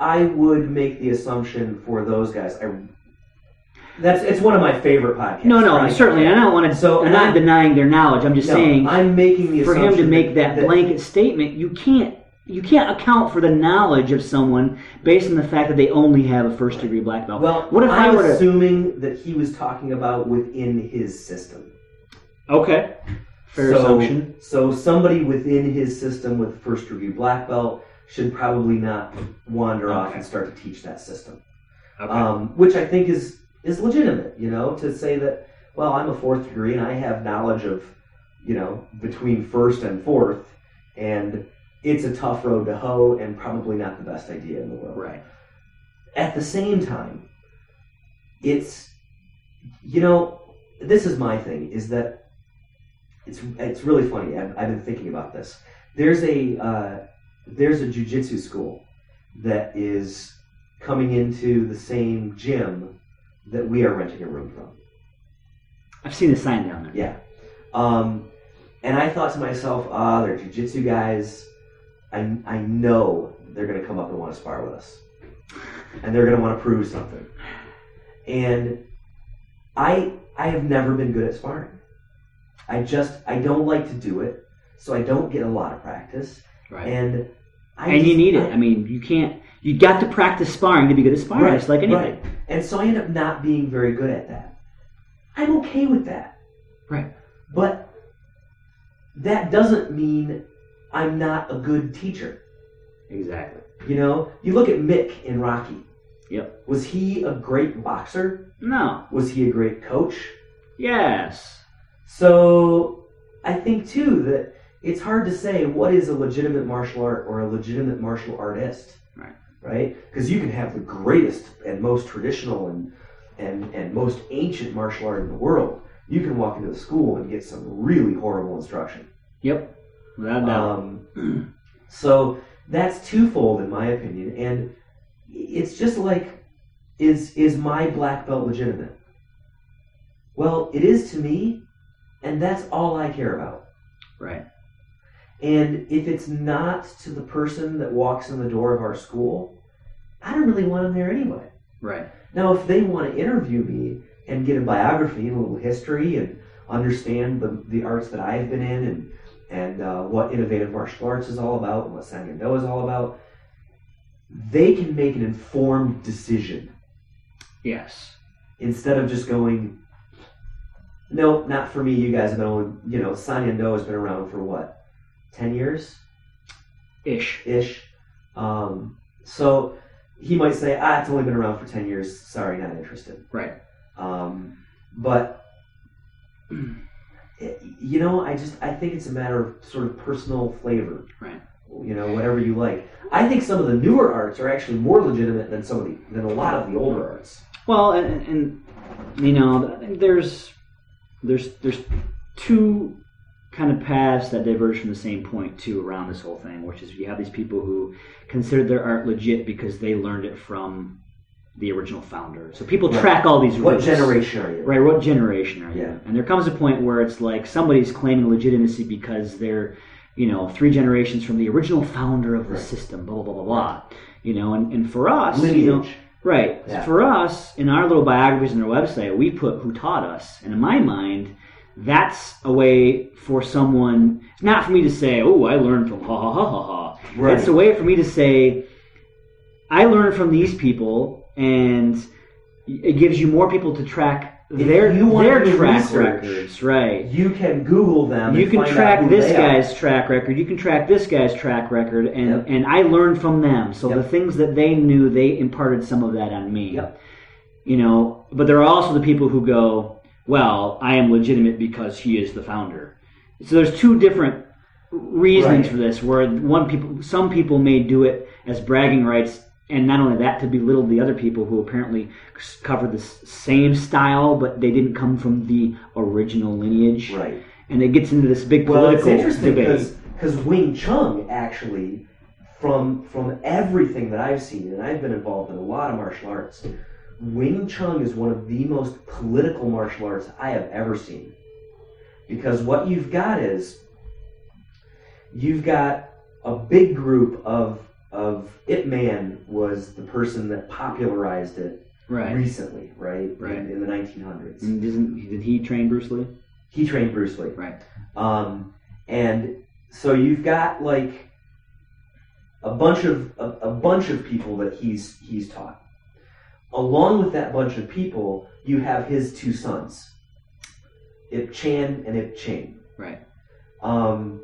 [SPEAKER 2] I would make the assumption for those guys. I that's it's one of my favorite podcasts.
[SPEAKER 1] no, no,
[SPEAKER 2] right?
[SPEAKER 1] certainly. I don't want to.
[SPEAKER 2] So,
[SPEAKER 1] I'm
[SPEAKER 2] and
[SPEAKER 1] not
[SPEAKER 2] I'm-
[SPEAKER 1] denying their knowledge. I'm just
[SPEAKER 2] No,
[SPEAKER 1] saying
[SPEAKER 2] I'm making the
[SPEAKER 1] for him
[SPEAKER 2] assumption
[SPEAKER 1] to make that,
[SPEAKER 2] that
[SPEAKER 1] blanket statement, you can't you can't account for the knowledge of someone based on the fact that they only have a first degree black belt.
[SPEAKER 2] Well,
[SPEAKER 1] what if I
[SPEAKER 2] I'm
[SPEAKER 1] were to
[SPEAKER 2] assuming that he was talking about within his system.
[SPEAKER 1] okay fair
[SPEAKER 2] so,
[SPEAKER 1] assumption?
[SPEAKER 2] So somebody within his system with first degree black belt should probably not wander off and start to teach that system. um, which I think is is legitimate. You know, to say that well, I'm a fourth degree and I have knowledge of you know between first and fourth, and it's a tough road to hoe and probably not the best idea in the world.
[SPEAKER 1] right.
[SPEAKER 2] At the same time, it's you know this is my thing is that it's it's really funny. I've, I've been thinking about this. There's a uh, there's a jujitsu school that is coming into the same gym that we are renting a room from.
[SPEAKER 1] I've seen a sign down there.
[SPEAKER 2] Yeah. Um, and I thought to myself, ah, they're jujitsu guys. I, I know they're going to come up and want to spar with us. And they're going to want to prove something. And I I have never been good at sparring. I just, I don't like to do it. So I don't get a lot of practice.
[SPEAKER 1] Right. And,
[SPEAKER 2] And I
[SPEAKER 1] you
[SPEAKER 2] just-
[SPEAKER 1] need
[SPEAKER 2] I-
[SPEAKER 1] it. I mean, you can't. You got to practice sparring to be good at sparring, just like anything.
[SPEAKER 2] Right. And so I end up not being very good at that. I'm okay with that.
[SPEAKER 1] Right.
[SPEAKER 2] But that doesn't mean I'm not a good teacher.
[SPEAKER 1] Exactly.
[SPEAKER 2] You know, you look at Mick in Rocky.
[SPEAKER 1] Yep.
[SPEAKER 2] Was he a great boxer?
[SPEAKER 1] No.
[SPEAKER 2] Was he a great coach?
[SPEAKER 1] Yes.
[SPEAKER 2] So I think too that it's hard to say what is a legitimate martial art or a legitimate martial artist.
[SPEAKER 1] Right.
[SPEAKER 2] Right? Because you can have the greatest and most traditional and and and most ancient martial art in the world. You can walk into a school and get some really horrible instruction.
[SPEAKER 1] Yep. Without a doubt.
[SPEAKER 2] Um, *clears throat* so that's twofold in my opinion, and it's just like, is is my black belt legitimate? Well, it is to me, and that's all I care about.
[SPEAKER 1] right.
[SPEAKER 2] And if it's not to the person that walks in the door of our school, I don't really want them there anyway.
[SPEAKER 1] Right.
[SPEAKER 2] Now, if they want to interview me and get a biography and a little history and understand the, the arts that I've been in and, and uh, what innovative martial arts is all about and what Sangendo is all about, they can make an informed decision
[SPEAKER 1] Yes.
[SPEAKER 2] instead of just going, no, not for me. You guys have been only, you know, Sangendo has been around for what, 10 years?
[SPEAKER 1] Ish.
[SPEAKER 2] ish. Um, so he might say, ah, it's only been around for 10 years. Sorry, not interested.
[SPEAKER 1] Right.
[SPEAKER 2] Um, but, *clears throat* y- you know, I just, I think it's a matter of sort of personal flavor.
[SPEAKER 1] Right.
[SPEAKER 2] You know, whatever you like. I think some of the newer arts are actually more legitimate than some of the, than a lot of the older arts.
[SPEAKER 1] Well, and, and and, you know, I think there's there's there's two kind of paths that diverge from the same point too around this whole thing, which is you have these people who consider their art legit because they learned it from the original founder. So people
[SPEAKER 2] Right.
[SPEAKER 1] track all these roots.
[SPEAKER 2] What generation are you?
[SPEAKER 1] Right, what generation are you?
[SPEAKER 2] Yeah.
[SPEAKER 1] And there comes a point where it's like somebody's claiming legitimacy because they're, you know, three generations from the original founder of the
[SPEAKER 2] Right.
[SPEAKER 1] system, blah, blah, blah, blah, blah. You know, and, and for us, you know,
[SPEAKER 2] Lineage.
[SPEAKER 1] right.
[SPEAKER 2] Yeah.
[SPEAKER 1] For us, in our little biographies on their website, we put who taught us. And in my mind, that's a way for someone, it's not for me to say, oh, I learned from ha ha ha ha ha.
[SPEAKER 2] Right.
[SPEAKER 1] It's a way for me to say, I learned from these people, and it gives you more people to track
[SPEAKER 2] If
[SPEAKER 1] their
[SPEAKER 2] you wanna
[SPEAKER 1] their
[SPEAKER 2] do
[SPEAKER 1] track
[SPEAKER 2] research,
[SPEAKER 1] records, right?
[SPEAKER 2] you can Google them.
[SPEAKER 1] You
[SPEAKER 2] and
[SPEAKER 1] can
[SPEAKER 2] find out
[SPEAKER 1] track
[SPEAKER 2] who
[SPEAKER 1] this
[SPEAKER 2] they are.
[SPEAKER 1] guy's track record. You can track this guy's track record, and
[SPEAKER 2] Yep.
[SPEAKER 1] and I learned from them. So the
[SPEAKER 2] Yep.
[SPEAKER 1] things that they knew, they imparted some of that on me.
[SPEAKER 2] Yep.
[SPEAKER 1] You know, but there are also the people who go, "Well, I am legitimate because he is the founder." So there's two different reasonings
[SPEAKER 2] Right.
[SPEAKER 1] for this. Where one people, some people may do it as bragging rights, and not only that, to belittle the other people who apparently s- covered the s- same style, but they didn't come from the original lineage
[SPEAKER 2] Right.
[SPEAKER 1] and it gets into this big
[SPEAKER 2] Well,
[SPEAKER 1] political
[SPEAKER 2] it's interesting
[SPEAKER 1] debate.
[SPEAKER 2] because Wing Chun actually, from from everything that I've seen, and I've been involved in a lot of martial arts, Wing Chun is one of the most political martial arts I have ever seen. Because what you've got is, you've got a big group of of Ip Man was the person that popularized it
[SPEAKER 1] Right.
[SPEAKER 2] recently, right?
[SPEAKER 1] Right.
[SPEAKER 2] In, in the 1900s,
[SPEAKER 1] And isn't, did he train Bruce Lee?
[SPEAKER 2] he trained Bruce Lee.
[SPEAKER 1] Right.
[SPEAKER 2] Um, and so you've got like a bunch of a, a bunch of people that he's he's taught. Along with that bunch of people, you have his two sons, Ip Chan and Ip Ching.
[SPEAKER 1] Right.
[SPEAKER 2] Um,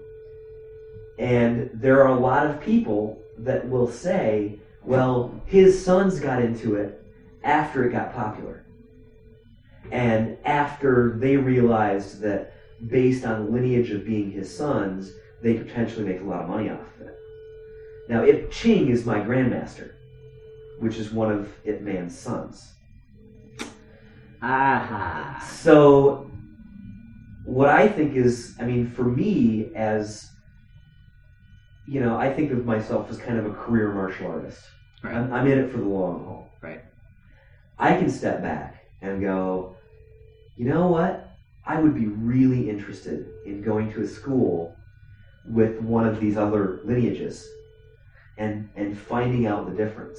[SPEAKER 2] and there are a lot of people that will say, "Well, his sons got into it after it got popular, and after they realized that." based on the lineage of being his sons, they could potentially make a lot of money off of it. Now, Ip Ching is my grandmaster, which is one of Ip Man's sons.
[SPEAKER 1] Aha.
[SPEAKER 2] So, what I think is, I mean, for me, as you know, I think of myself as kind of a career martial artist.
[SPEAKER 1] Right.
[SPEAKER 2] I'm, I'm in it for the long haul.
[SPEAKER 1] Right.
[SPEAKER 2] I can step back and go, you know what? I would be really interested in going to a school with one of these other lineages and and finding out the difference.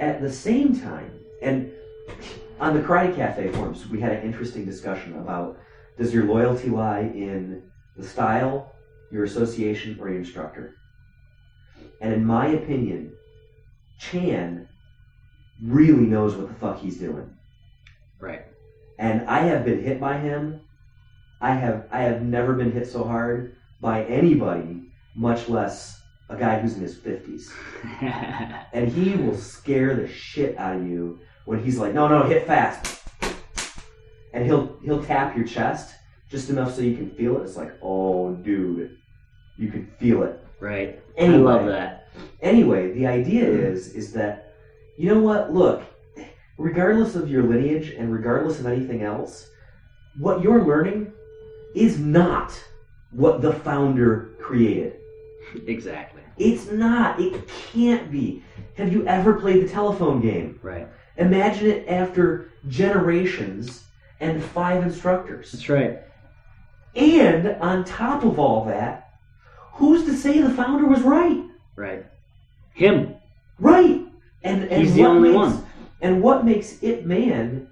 [SPEAKER 2] At the same time, and on the Karate Cafe forums, we had an interesting discussion about does your loyalty lie in the style, your association, or your instructor? And in my opinion, Chan really knows what the fuck he's doing.
[SPEAKER 1] Right. *laughs*
[SPEAKER 2] And I have been hit by him. I have I have never been hit so hard by anybody, much less a guy who's in his fifties. And he will scare the shit out of you when he's like, "No, no, hit fast," and he'll he'll tap your chest just enough so you can feel it. It's like, "Oh, dude, you can feel it."
[SPEAKER 1] right.
[SPEAKER 2] Anyway,
[SPEAKER 1] I love that.
[SPEAKER 2] anyway, the idea is is that you know what? Look, regardless of your lineage and regardless of anything else, what you're learning is not what the founder created.
[SPEAKER 1] Exactly.
[SPEAKER 2] It's not. It can't be. Have you ever played the telephone game?
[SPEAKER 1] Right.
[SPEAKER 2] Imagine it after generations and five instructors.
[SPEAKER 1] That's right.
[SPEAKER 2] And on top of all that, who's to say the founder was right?
[SPEAKER 1] Right. Him.
[SPEAKER 2] Right. And, and
[SPEAKER 1] He's the
[SPEAKER 2] what
[SPEAKER 1] only
[SPEAKER 2] makes,
[SPEAKER 1] one.
[SPEAKER 2] And what makes Ip Man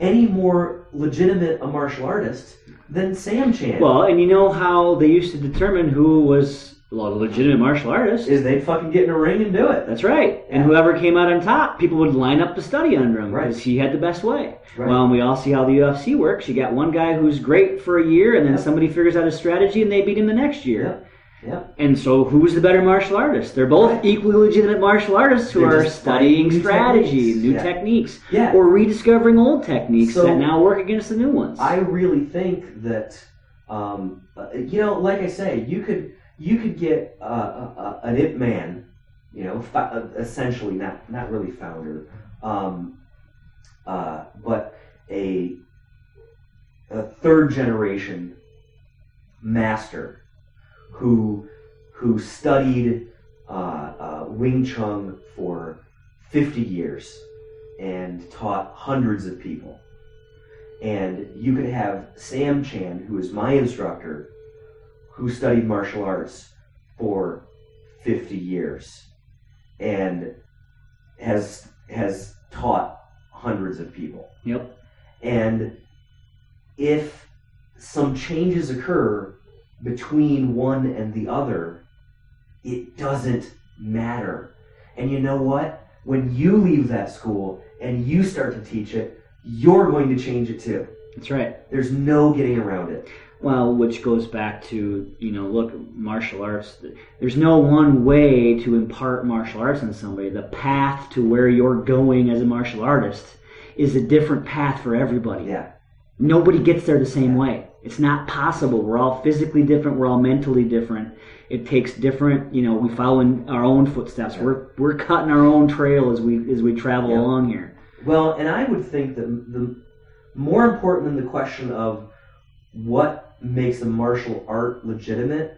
[SPEAKER 2] any more legitimate a martial artist than Sam Chan?
[SPEAKER 1] Well, and you know how they used to determine who was well, a legitimate martial artist?
[SPEAKER 2] is they fucking get in a ring and do it.
[SPEAKER 1] That's right. And whoever came out on top, people would line up to study under him
[SPEAKER 2] Right.
[SPEAKER 1] because he had the best way.
[SPEAKER 2] Right.
[SPEAKER 1] Well, and we all see how the UFC works. You got one guy who's great for a year, and then
[SPEAKER 2] Yep.
[SPEAKER 1] somebody figures out a strategy, and they beat him the next year.
[SPEAKER 2] Yep. Yep.
[SPEAKER 1] And so, who's the better martial artist? They're both
[SPEAKER 2] Right.
[SPEAKER 1] equally legitimate martial artists who
[SPEAKER 2] They're
[SPEAKER 1] are
[SPEAKER 2] just
[SPEAKER 1] studying
[SPEAKER 2] finding new
[SPEAKER 1] strategy,
[SPEAKER 2] techniques.
[SPEAKER 1] new
[SPEAKER 2] Yeah.
[SPEAKER 1] techniques,
[SPEAKER 2] Yeah.
[SPEAKER 1] or rediscovering old techniques
[SPEAKER 2] So-
[SPEAKER 1] that now work against the new ones.
[SPEAKER 2] I really think that, um, uh, you know, like I say, you could you could get uh, a, a, an Ip Man, you know, fa- uh, essentially not not really founder, um, uh, but a a third generation master who who studied uh, uh, Wing Chun for 50 years and taught hundreds of people. And you could have Sam Chan, who is my instructor, who studied martial arts for 50 years and has has taught hundreds of people.
[SPEAKER 1] Yep.
[SPEAKER 2] And if some changes occur between one and the other, it doesn't matter. And you know what? When you leave that school and you start to teach it, you're going to change it too.
[SPEAKER 1] That's right.
[SPEAKER 2] There's no getting around it.
[SPEAKER 1] Well, which goes back to you know, look, martial arts. th- There's no one way to impart martial arts on somebody. The path to where you're going as a martial artist is a different path for everybody.
[SPEAKER 2] Yeah.
[SPEAKER 1] Nobody gets there the same way. It's not possible. We're all physically different. We're all mentally different. It takes different. You know, we follow in our own footsteps.
[SPEAKER 2] Yeah.
[SPEAKER 1] We're we're cutting our own trail as we as we travel
[SPEAKER 2] Yeah.
[SPEAKER 1] along here.
[SPEAKER 2] Well, and I would think that the more important than the question of what makes a martial art legitimate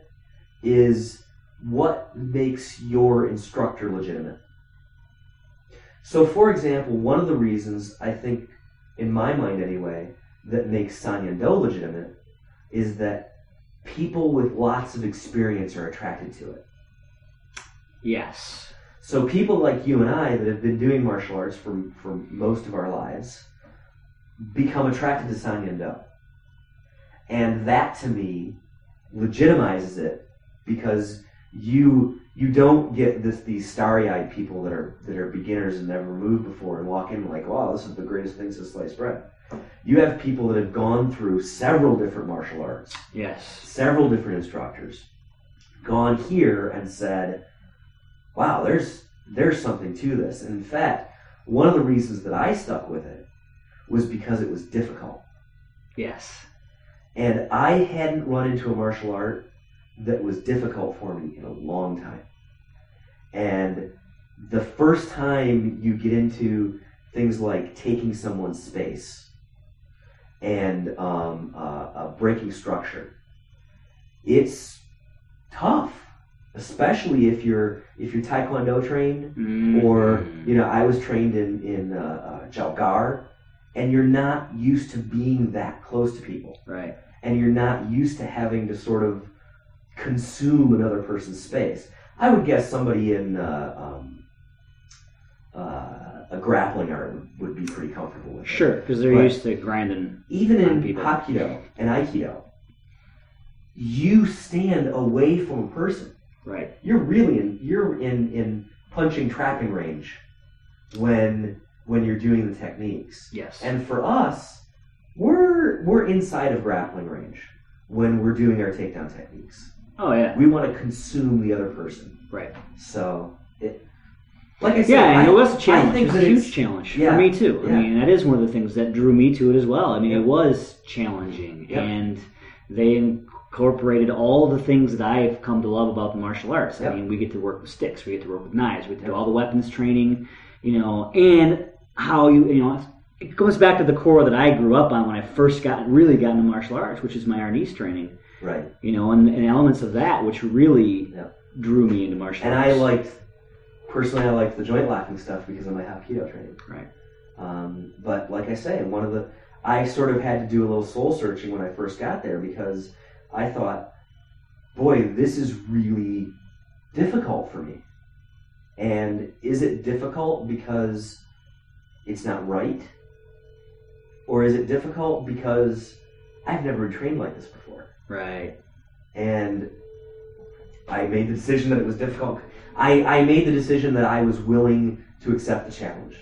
[SPEAKER 2] is what makes your instructor legitimate. So, for example, one of the reasons I think, in my mind anyway, that makes Sanyan Do legitimate is that people with lots of experience are attracted to it.
[SPEAKER 1] Yes.
[SPEAKER 2] So people like you and I that have been doing martial arts for, for most of our lives become attracted to Sanyan Do. And that to me legitimizes it because you you don't get this these starry eyed people that are that are beginners and never moved before and walk in like, wow, this is the greatest thing since sliced bread. You have people that have gone through several different martial arts
[SPEAKER 1] Yes.
[SPEAKER 2] several different instructors gone here and said, "Wow, there's there's something to this." And in fact, one of the reasons that I stuck with it was because it was difficult,
[SPEAKER 1] Yes.
[SPEAKER 2] and I hadn't run into a martial art that was difficult for me in a long time. And the first time you get into things like taking someone's space and um, uh, uh, breaking structure, it's tough, especially if you're if you're taekwondo trained
[SPEAKER 1] Mm-hmm.
[SPEAKER 2] or
[SPEAKER 1] Mm.
[SPEAKER 2] you know I was trained in in uh, uh, Jalgar, and you're not used to being that close to people
[SPEAKER 1] right.
[SPEAKER 2] and you're not used to having to sort of consume another person's space. I would guess somebody in uh, um, uh, a grappling art would, would be pretty comfortable with it.
[SPEAKER 1] Sure, because they're
[SPEAKER 2] But-
[SPEAKER 1] used to grinding.
[SPEAKER 2] Even
[SPEAKER 1] On
[SPEAKER 2] in
[SPEAKER 1] people.
[SPEAKER 2] Hapkido and Aikido, you stand away from a person.
[SPEAKER 1] Right.
[SPEAKER 2] You're really in you're in, in punching trapping range when when you're doing the techniques.
[SPEAKER 1] Yes.
[SPEAKER 2] And for us, we're we're inside of grappling range when we're doing our takedown techniques.
[SPEAKER 1] oh yeah.
[SPEAKER 2] We want to consume the other person.
[SPEAKER 1] Right.
[SPEAKER 2] So it, like I said,
[SPEAKER 1] Yeah,
[SPEAKER 2] I,
[SPEAKER 1] and it was a challenge.
[SPEAKER 2] I think
[SPEAKER 1] it was
[SPEAKER 2] that
[SPEAKER 1] a
[SPEAKER 2] it's-
[SPEAKER 1] huge challenge
[SPEAKER 2] yeah,
[SPEAKER 1] for me too.
[SPEAKER 2] yeah.
[SPEAKER 1] I mean, that is one of the things that drew me to it as well. I mean,
[SPEAKER 2] Yep.
[SPEAKER 1] it was challenging,
[SPEAKER 2] Yep.
[SPEAKER 1] and they incorporated all the things that I've come to love about the martial arts.
[SPEAKER 2] Yep.
[SPEAKER 1] I mean, we get to work with sticks, we get to work with knives, we get to
[SPEAKER 2] Yep.
[SPEAKER 1] do all the weapons training, you know, and how you, you know, it goes back to the core that I grew up on when I first got really got into martial arts, which is my Arnis training,
[SPEAKER 2] right.
[SPEAKER 1] you know, and, and elements of that which really
[SPEAKER 2] Yep.
[SPEAKER 1] drew me into martial
[SPEAKER 2] And
[SPEAKER 1] arts.
[SPEAKER 2] I liked personally, I liked the joint locking stuff because of my Hapkido training.
[SPEAKER 1] right.
[SPEAKER 2] Um, but like I say, one of the I sort of had to do a little soul searching when I first got there because I thought, boy, this is really difficult for me. And is it difficult because it's not right? Or is it difficult because I've never been trained like this before?
[SPEAKER 1] Right.
[SPEAKER 2] and I made the decision that it was difficult. I, I made the decision that I was willing to accept the challenge.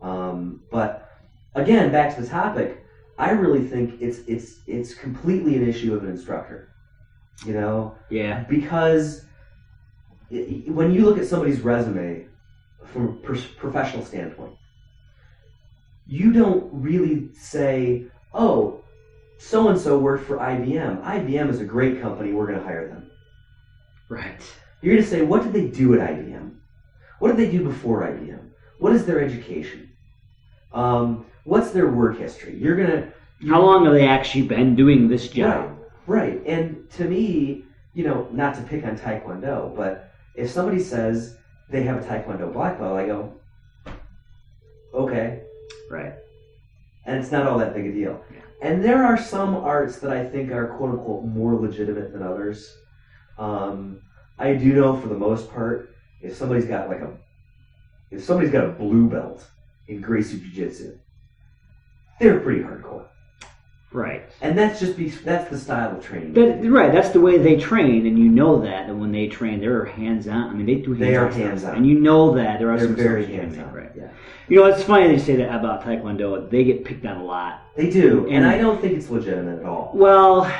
[SPEAKER 2] Um, but again, back to the topic, I really think it's it's it's completely an issue of an instructor. You know,
[SPEAKER 1] Yeah.
[SPEAKER 2] because i- i- when you look at somebody's resume from a pers- professional standpoint, you don't really say, "Oh, so and so worked for IBM. IBM is a great company. We're going to hire them."
[SPEAKER 1] Right.
[SPEAKER 2] You're going to say, "What did they do at IBM? What did they do before IBM? What is their education? Um, what's their work history?" You're going to
[SPEAKER 1] How long have they actually been doing this job?
[SPEAKER 2] Right. And to me, you know, not to pick on Taekwondo, but if somebody says they have a Taekwondo black belt, I go, okay,
[SPEAKER 1] Right.
[SPEAKER 2] and it's not all that big a deal.
[SPEAKER 1] Yeah.
[SPEAKER 2] And there are some arts that I think are quote unquote more legitimate than others. Um, I do know for the most part, if somebody's got like a, if somebody's got a blue belt in Gracie Jiu Jitsu, they're pretty hardcore,
[SPEAKER 1] Right.
[SPEAKER 2] and that's just be, that's the style of training.
[SPEAKER 1] But right, that's the way they train, and you know that. And when they train, they're hands on. I mean, they do.
[SPEAKER 2] They are
[SPEAKER 1] hands-on stuff,
[SPEAKER 2] hands-on.
[SPEAKER 1] and you know that there are
[SPEAKER 2] they're
[SPEAKER 1] some
[SPEAKER 2] very
[SPEAKER 1] stuff you can
[SPEAKER 2] hands on.
[SPEAKER 1] make, Right.
[SPEAKER 2] Yeah,
[SPEAKER 1] You know, it's funny they say that about Taekwondo. They get picked on a lot.
[SPEAKER 2] they do, and,
[SPEAKER 1] And-
[SPEAKER 2] I don't think it's legitimate at all.
[SPEAKER 1] Well,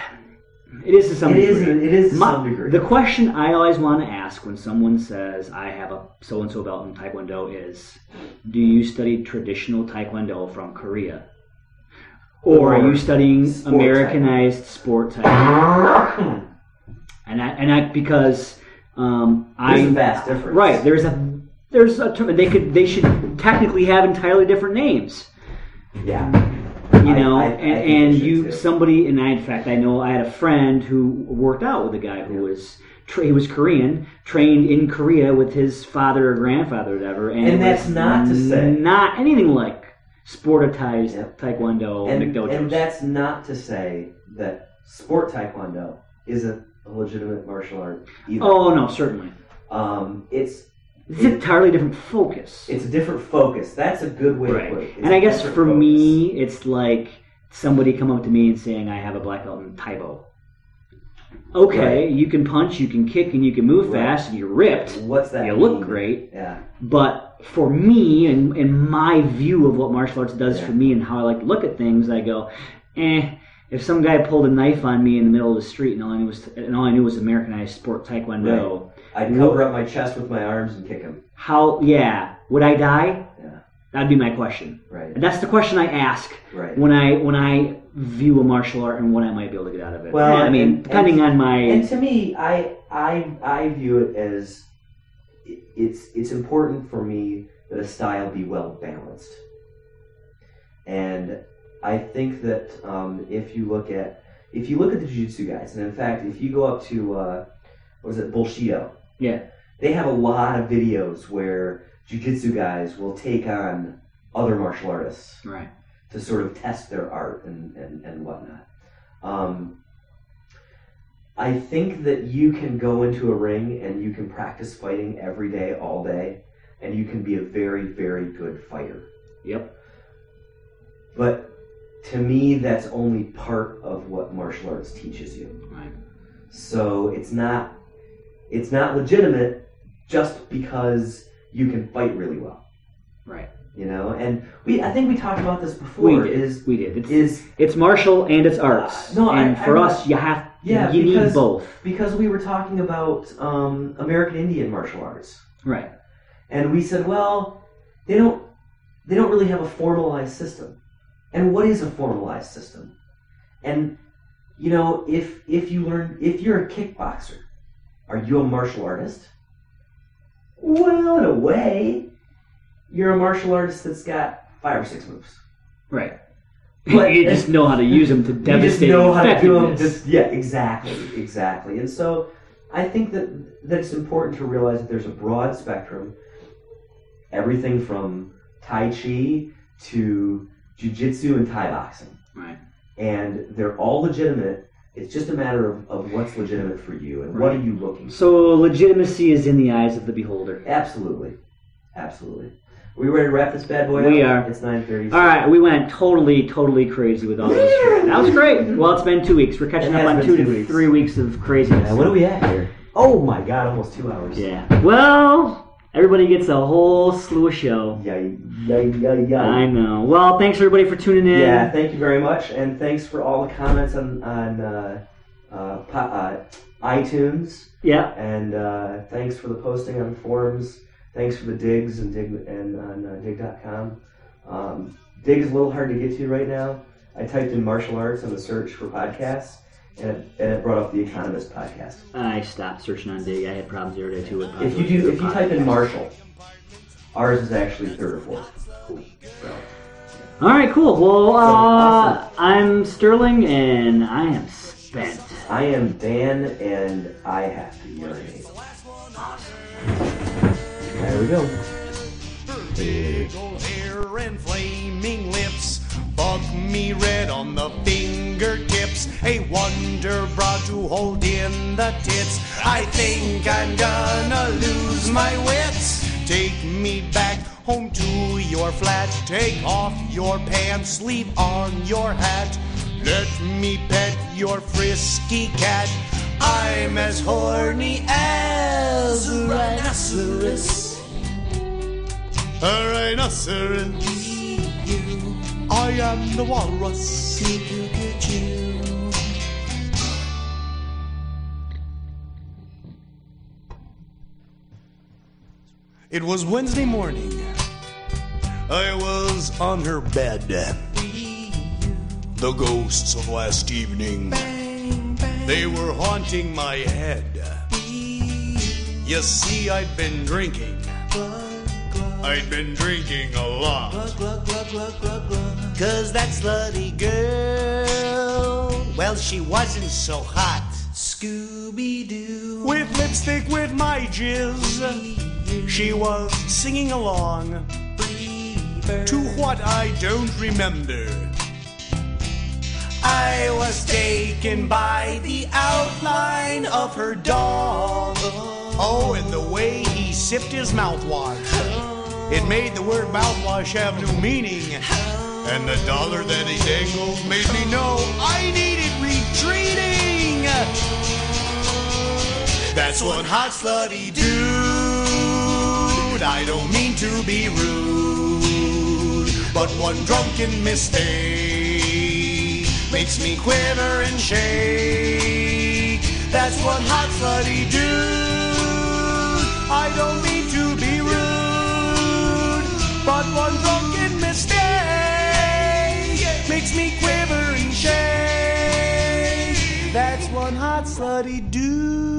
[SPEAKER 1] it is to some
[SPEAKER 2] It is,
[SPEAKER 1] degree.
[SPEAKER 2] it is to
[SPEAKER 1] My-
[SPEAKER 2] some degree.
[SPEAKER 1] The question I always want to ask when someone says I have a so and so belt in Taekwondo is, do you study traditional Taekwondo from Korea, or are
[SPEAKER 2] Or
[SPEAKER 1] you studying
[SPEAKER 2] sport
[SPEAKER 1] Americanized sport Taekwondo? And I and I because um, I
[SPEAKER 2] There's a vast difference.
[SPEAKER 1] right there's a there's a term they could they should technically have entirely different names
[SPEAKER 2] Yeah.
[SPEAKER 1] you
[SPEAKER 2] I-
[SPEAKER 1] know,
[SPEAKER 2] I- I think
[SPEAKER 1] and,
[SPEAKER 2] they
[SPEAKER 1] and
[SPEAKER 2] should
[SPEAKER 1] you
[SPEAKER 2] too.
[SPEAKER 1] somebody, and I in fact I know I had a friend who worked out with a guy who was tra- he was Korean, trained in Korea with his father or grandfather or whatever, and,
[SPEAKER 2] And
[SPEAKER 1] it was
[SPEAKER 2] that's not to say-
[SPEAKER 1] not anything like sportatized
[SPEAKER 2] Yeah.
[SPEAKER 1] taekwondo
[SPEAKER 2] and,
[SPEAKER 1] McDojos.
[SPEAKER 2] and that's not to say that sport taekwondo isn't a legitimate martial art either.
[SPEAKER 1] oh no, certainly
[SPEAKER 2] Um, it's
[SPEAKER 1] it's an entirely different focus,
[SPEAKER 2] it's a different focus. That's a good way to
[SPEAKER 1] right?
[SPEAKER 2] put it. It's
[SPEAKER 1] And
[SPEAKER 2] a
[SPEAKER 1] I guess
[SPEAKER 2] different
[SPEAKER 1] for
[SPEAKER 2] focus.
[SPEAKER 1] me, it's like somebody come up to me and saying I have a black belt in taibo. Okay, you can punch, you can kick, and you can move
[SPEAKER 2] Right.
[SPEAKER 1] fast, and you're ripped.
[SPEAKER 2] what's that?
[SPEAKER 1] you look
[SPEAKER 2] mean?
[SPEAKER 1] great.
[SPEAKER 2] Yeah,
[SPEAKER 1] But for me and and my view of what martial arts does
[SPEAKER 2] Yeah.
[SPEAKER 1] for me and how I like to look at things, I go, eh. If some guy pulled a knife on me in the middle of the street and all I knew was and all I knew was Americanized sport taekwondo,
[SPEAKER 2] I'd cover up my chest with my arms and kick him.
[SPEAKER 1] how yeah would I die?
[SPEAKER 2] Yeah.
[SPEAKER 1] That'd be my question.
[SPEAKER 2] Right,
[SPEAKER 1] And that's the question I ask
[SPEAKER 2] right.
[SPEAKER 1] when I when I view a martial art and what I might be able to get out of it.
[SPEAKER 2] Well,
[SPEAKER 1] And I mean,
[SPEAKER 2] and-
[SPEAKER 1] depending on my
[SPEAKER 2] And to me, I I I view it as it- it's it's important for me that a style be well balanced. And I think that um, if you look at if you look at the jiu-jitsu guys, and in fact, if you go up to uh, what is it, Bullshido?
[SPEAKER 1] Yeah.
[SPEAKER 2] they have a lot of videos where jiu-jitsu guys will take on other martial artists
[SPEAKER 1] right
[SPEAKER 2] to sort of test their art and, and, and whatnot. Um, I think that you can go into a ring and you can practice fighting every day, all day, and you can be a very, very good fighter.
[SPEAKER 1] Yep.
[SPEAKER 2] But to me, that's only part of what martial arts teaches you.
[SPEAKER 1] right
[SPEAKER 2] So it's not it's not legitimate just because you can fight really well.
[SPEAKER 1] right
[SPEAKER 2] You know, and we I think we talked about this
[SPEAKER 1] we
[SPEAKER 2] before.
[SPEAKER 1] did
[SPEAKER 2] Is
[SPEAKER 1] we did it's,
[SPEAKER 2] is
[SPEAKER 1] It's martial and it's arts.
[SPEAKER 2] No, I-
[SPEAKER 1] and
[SPEAKER 2] I
[SPEAKER 1] for
[SPEAKER 2] re-
[SPEAKER 1] us, you have
[SPEAKER 2] Yeah,
[SPEAKER 1] you need
[SPEAKER 2] because-
[SPEAKER 1] both.
[SPEAKER 2] because we were talking about um, American Indian martial arts,
[SPEAKER 1] Right.
[SPEAKER 2] and we said, well, they don't they don't really have a formalized system. And what is a formalized system? And you know, if if you learn if you're a kickboxer, are you a martial artist? Well, in a way, you're a martial artist that's got five or six moves.
[SPEAKER 1] Right. *laughs*
[SPEAKER 2] But-
[SPEAKER 1] you just know how to use them
[SPEAKER 2] *laughs*
[SPEAKER 1] to
[SPEAKER 2] You just
[SPEAKER 1] devastate
[SPEAKER 2] know how to do 'em,
[SPEAKER 1] effectiveness.
[SPEAKER 2] Just yeah, exactly, exactly. And so I think that that it's important to realize that there's a broad spectrum, everything from tai chi to jujitsu and Thai boxing,
[SPEAKER 1] Right.
[SPEAKER 2] and they're all legitimate. It's just a matter of, of what's legitimate for you and what are you looking for.
[SPEAKER 1] So legitimacy is in the eyes of the beholder.
[SPEAKER 2] Absolutely, absolutely. Are we ready to wrap this bad boy up?
[SPEAKER 1] We are.
[SPEAKER 2] It's nine thirty.
[SPEAKER 1] All right, we went totally, totally crazy with all this. That was great. Well, it's been two weeks. We're catching
[SPEAKER 2] It
[SPEAKER 1] up
[SPEAKER 2] has
[SPEAKER 1] on
[SPEAKER 2] been
[SPEAKER 1] two,
[SPEAKER 2] two
[SPEAKER 1] to
[SPEAKER 2] weeks.
[SPEAKER 1] three weeks of craziness.
[SPEAKER 2] Now, what are we at here? Oh my god, almost two hours.
[SPEAKER 1] yeah. Well, everybody gets a whole slew of show.
[SPEAKER 2] Yay, yay, yay, yay.
[SPEAKER 1] I know. Well, thanks everybody for tuning in.
[SPEAKER 2] Yeah, thank you very much, and thanks for all the comments on on uh, uh, po- uh, iTunes,
[SPEAKER 1] Yeah.
[SPEAKER 2] and uh, thanks for the posting on forums. Thanks for the digs and dig and on uh, dig.com. Um, dig is a little hard to get to right now. I typed in martial arts on the search for podcasts, and it, and it brought up the Economist podcast.
[SPEAKER 1] I stopped searching on Dig. I had problems the other day too with
[SPEAKER 2] If you do, if you type in martial, ours is actually third or fourth.
[SPEAKER 1] All right, cool. Well, uh,
[SPEAKER 2] Awesome.
[SPEAKER 1] I'm Sterling, and I am spent.
[SPEAKER 2] I am Dan, and I have to urinate. There we go.
[SPEAKER 3] Big old hair and flaming lips. Bug me red on the fingertips. A wonder bra to hold in the tits. I think I'm gonna lose my wits. Take me back home to your flat. Take off your pants, leave on your hat. Let me pet your frisky cat. I'm as horny as a rhinoceros. A rhinoceros. I am the walrus. It was Wednesday morning. I was on her bed. The ghosts of last evening, they were haunting my head. You see, I'd been drinking. I'd been drinking a lot. Cause that slutty girl, well, she wasn't so hot. Scooby Doo. With lipstick, with my jizz. She was singing along to what I don't remember. I was taken by the outline of her doll. Oh, and the way he sipped his mouthwash. It made the word mouthwash have new meaning. And the dollar that he dangled made me know I needed retreating. That's one hot slutty dude. I don't mean to be rude, but one drunken mistake makes me quiver and shake. That's one hot slutty dude. I don't mean to be rude, but one drunken mistake makes me quiver and shake. That's one hot slutty dude.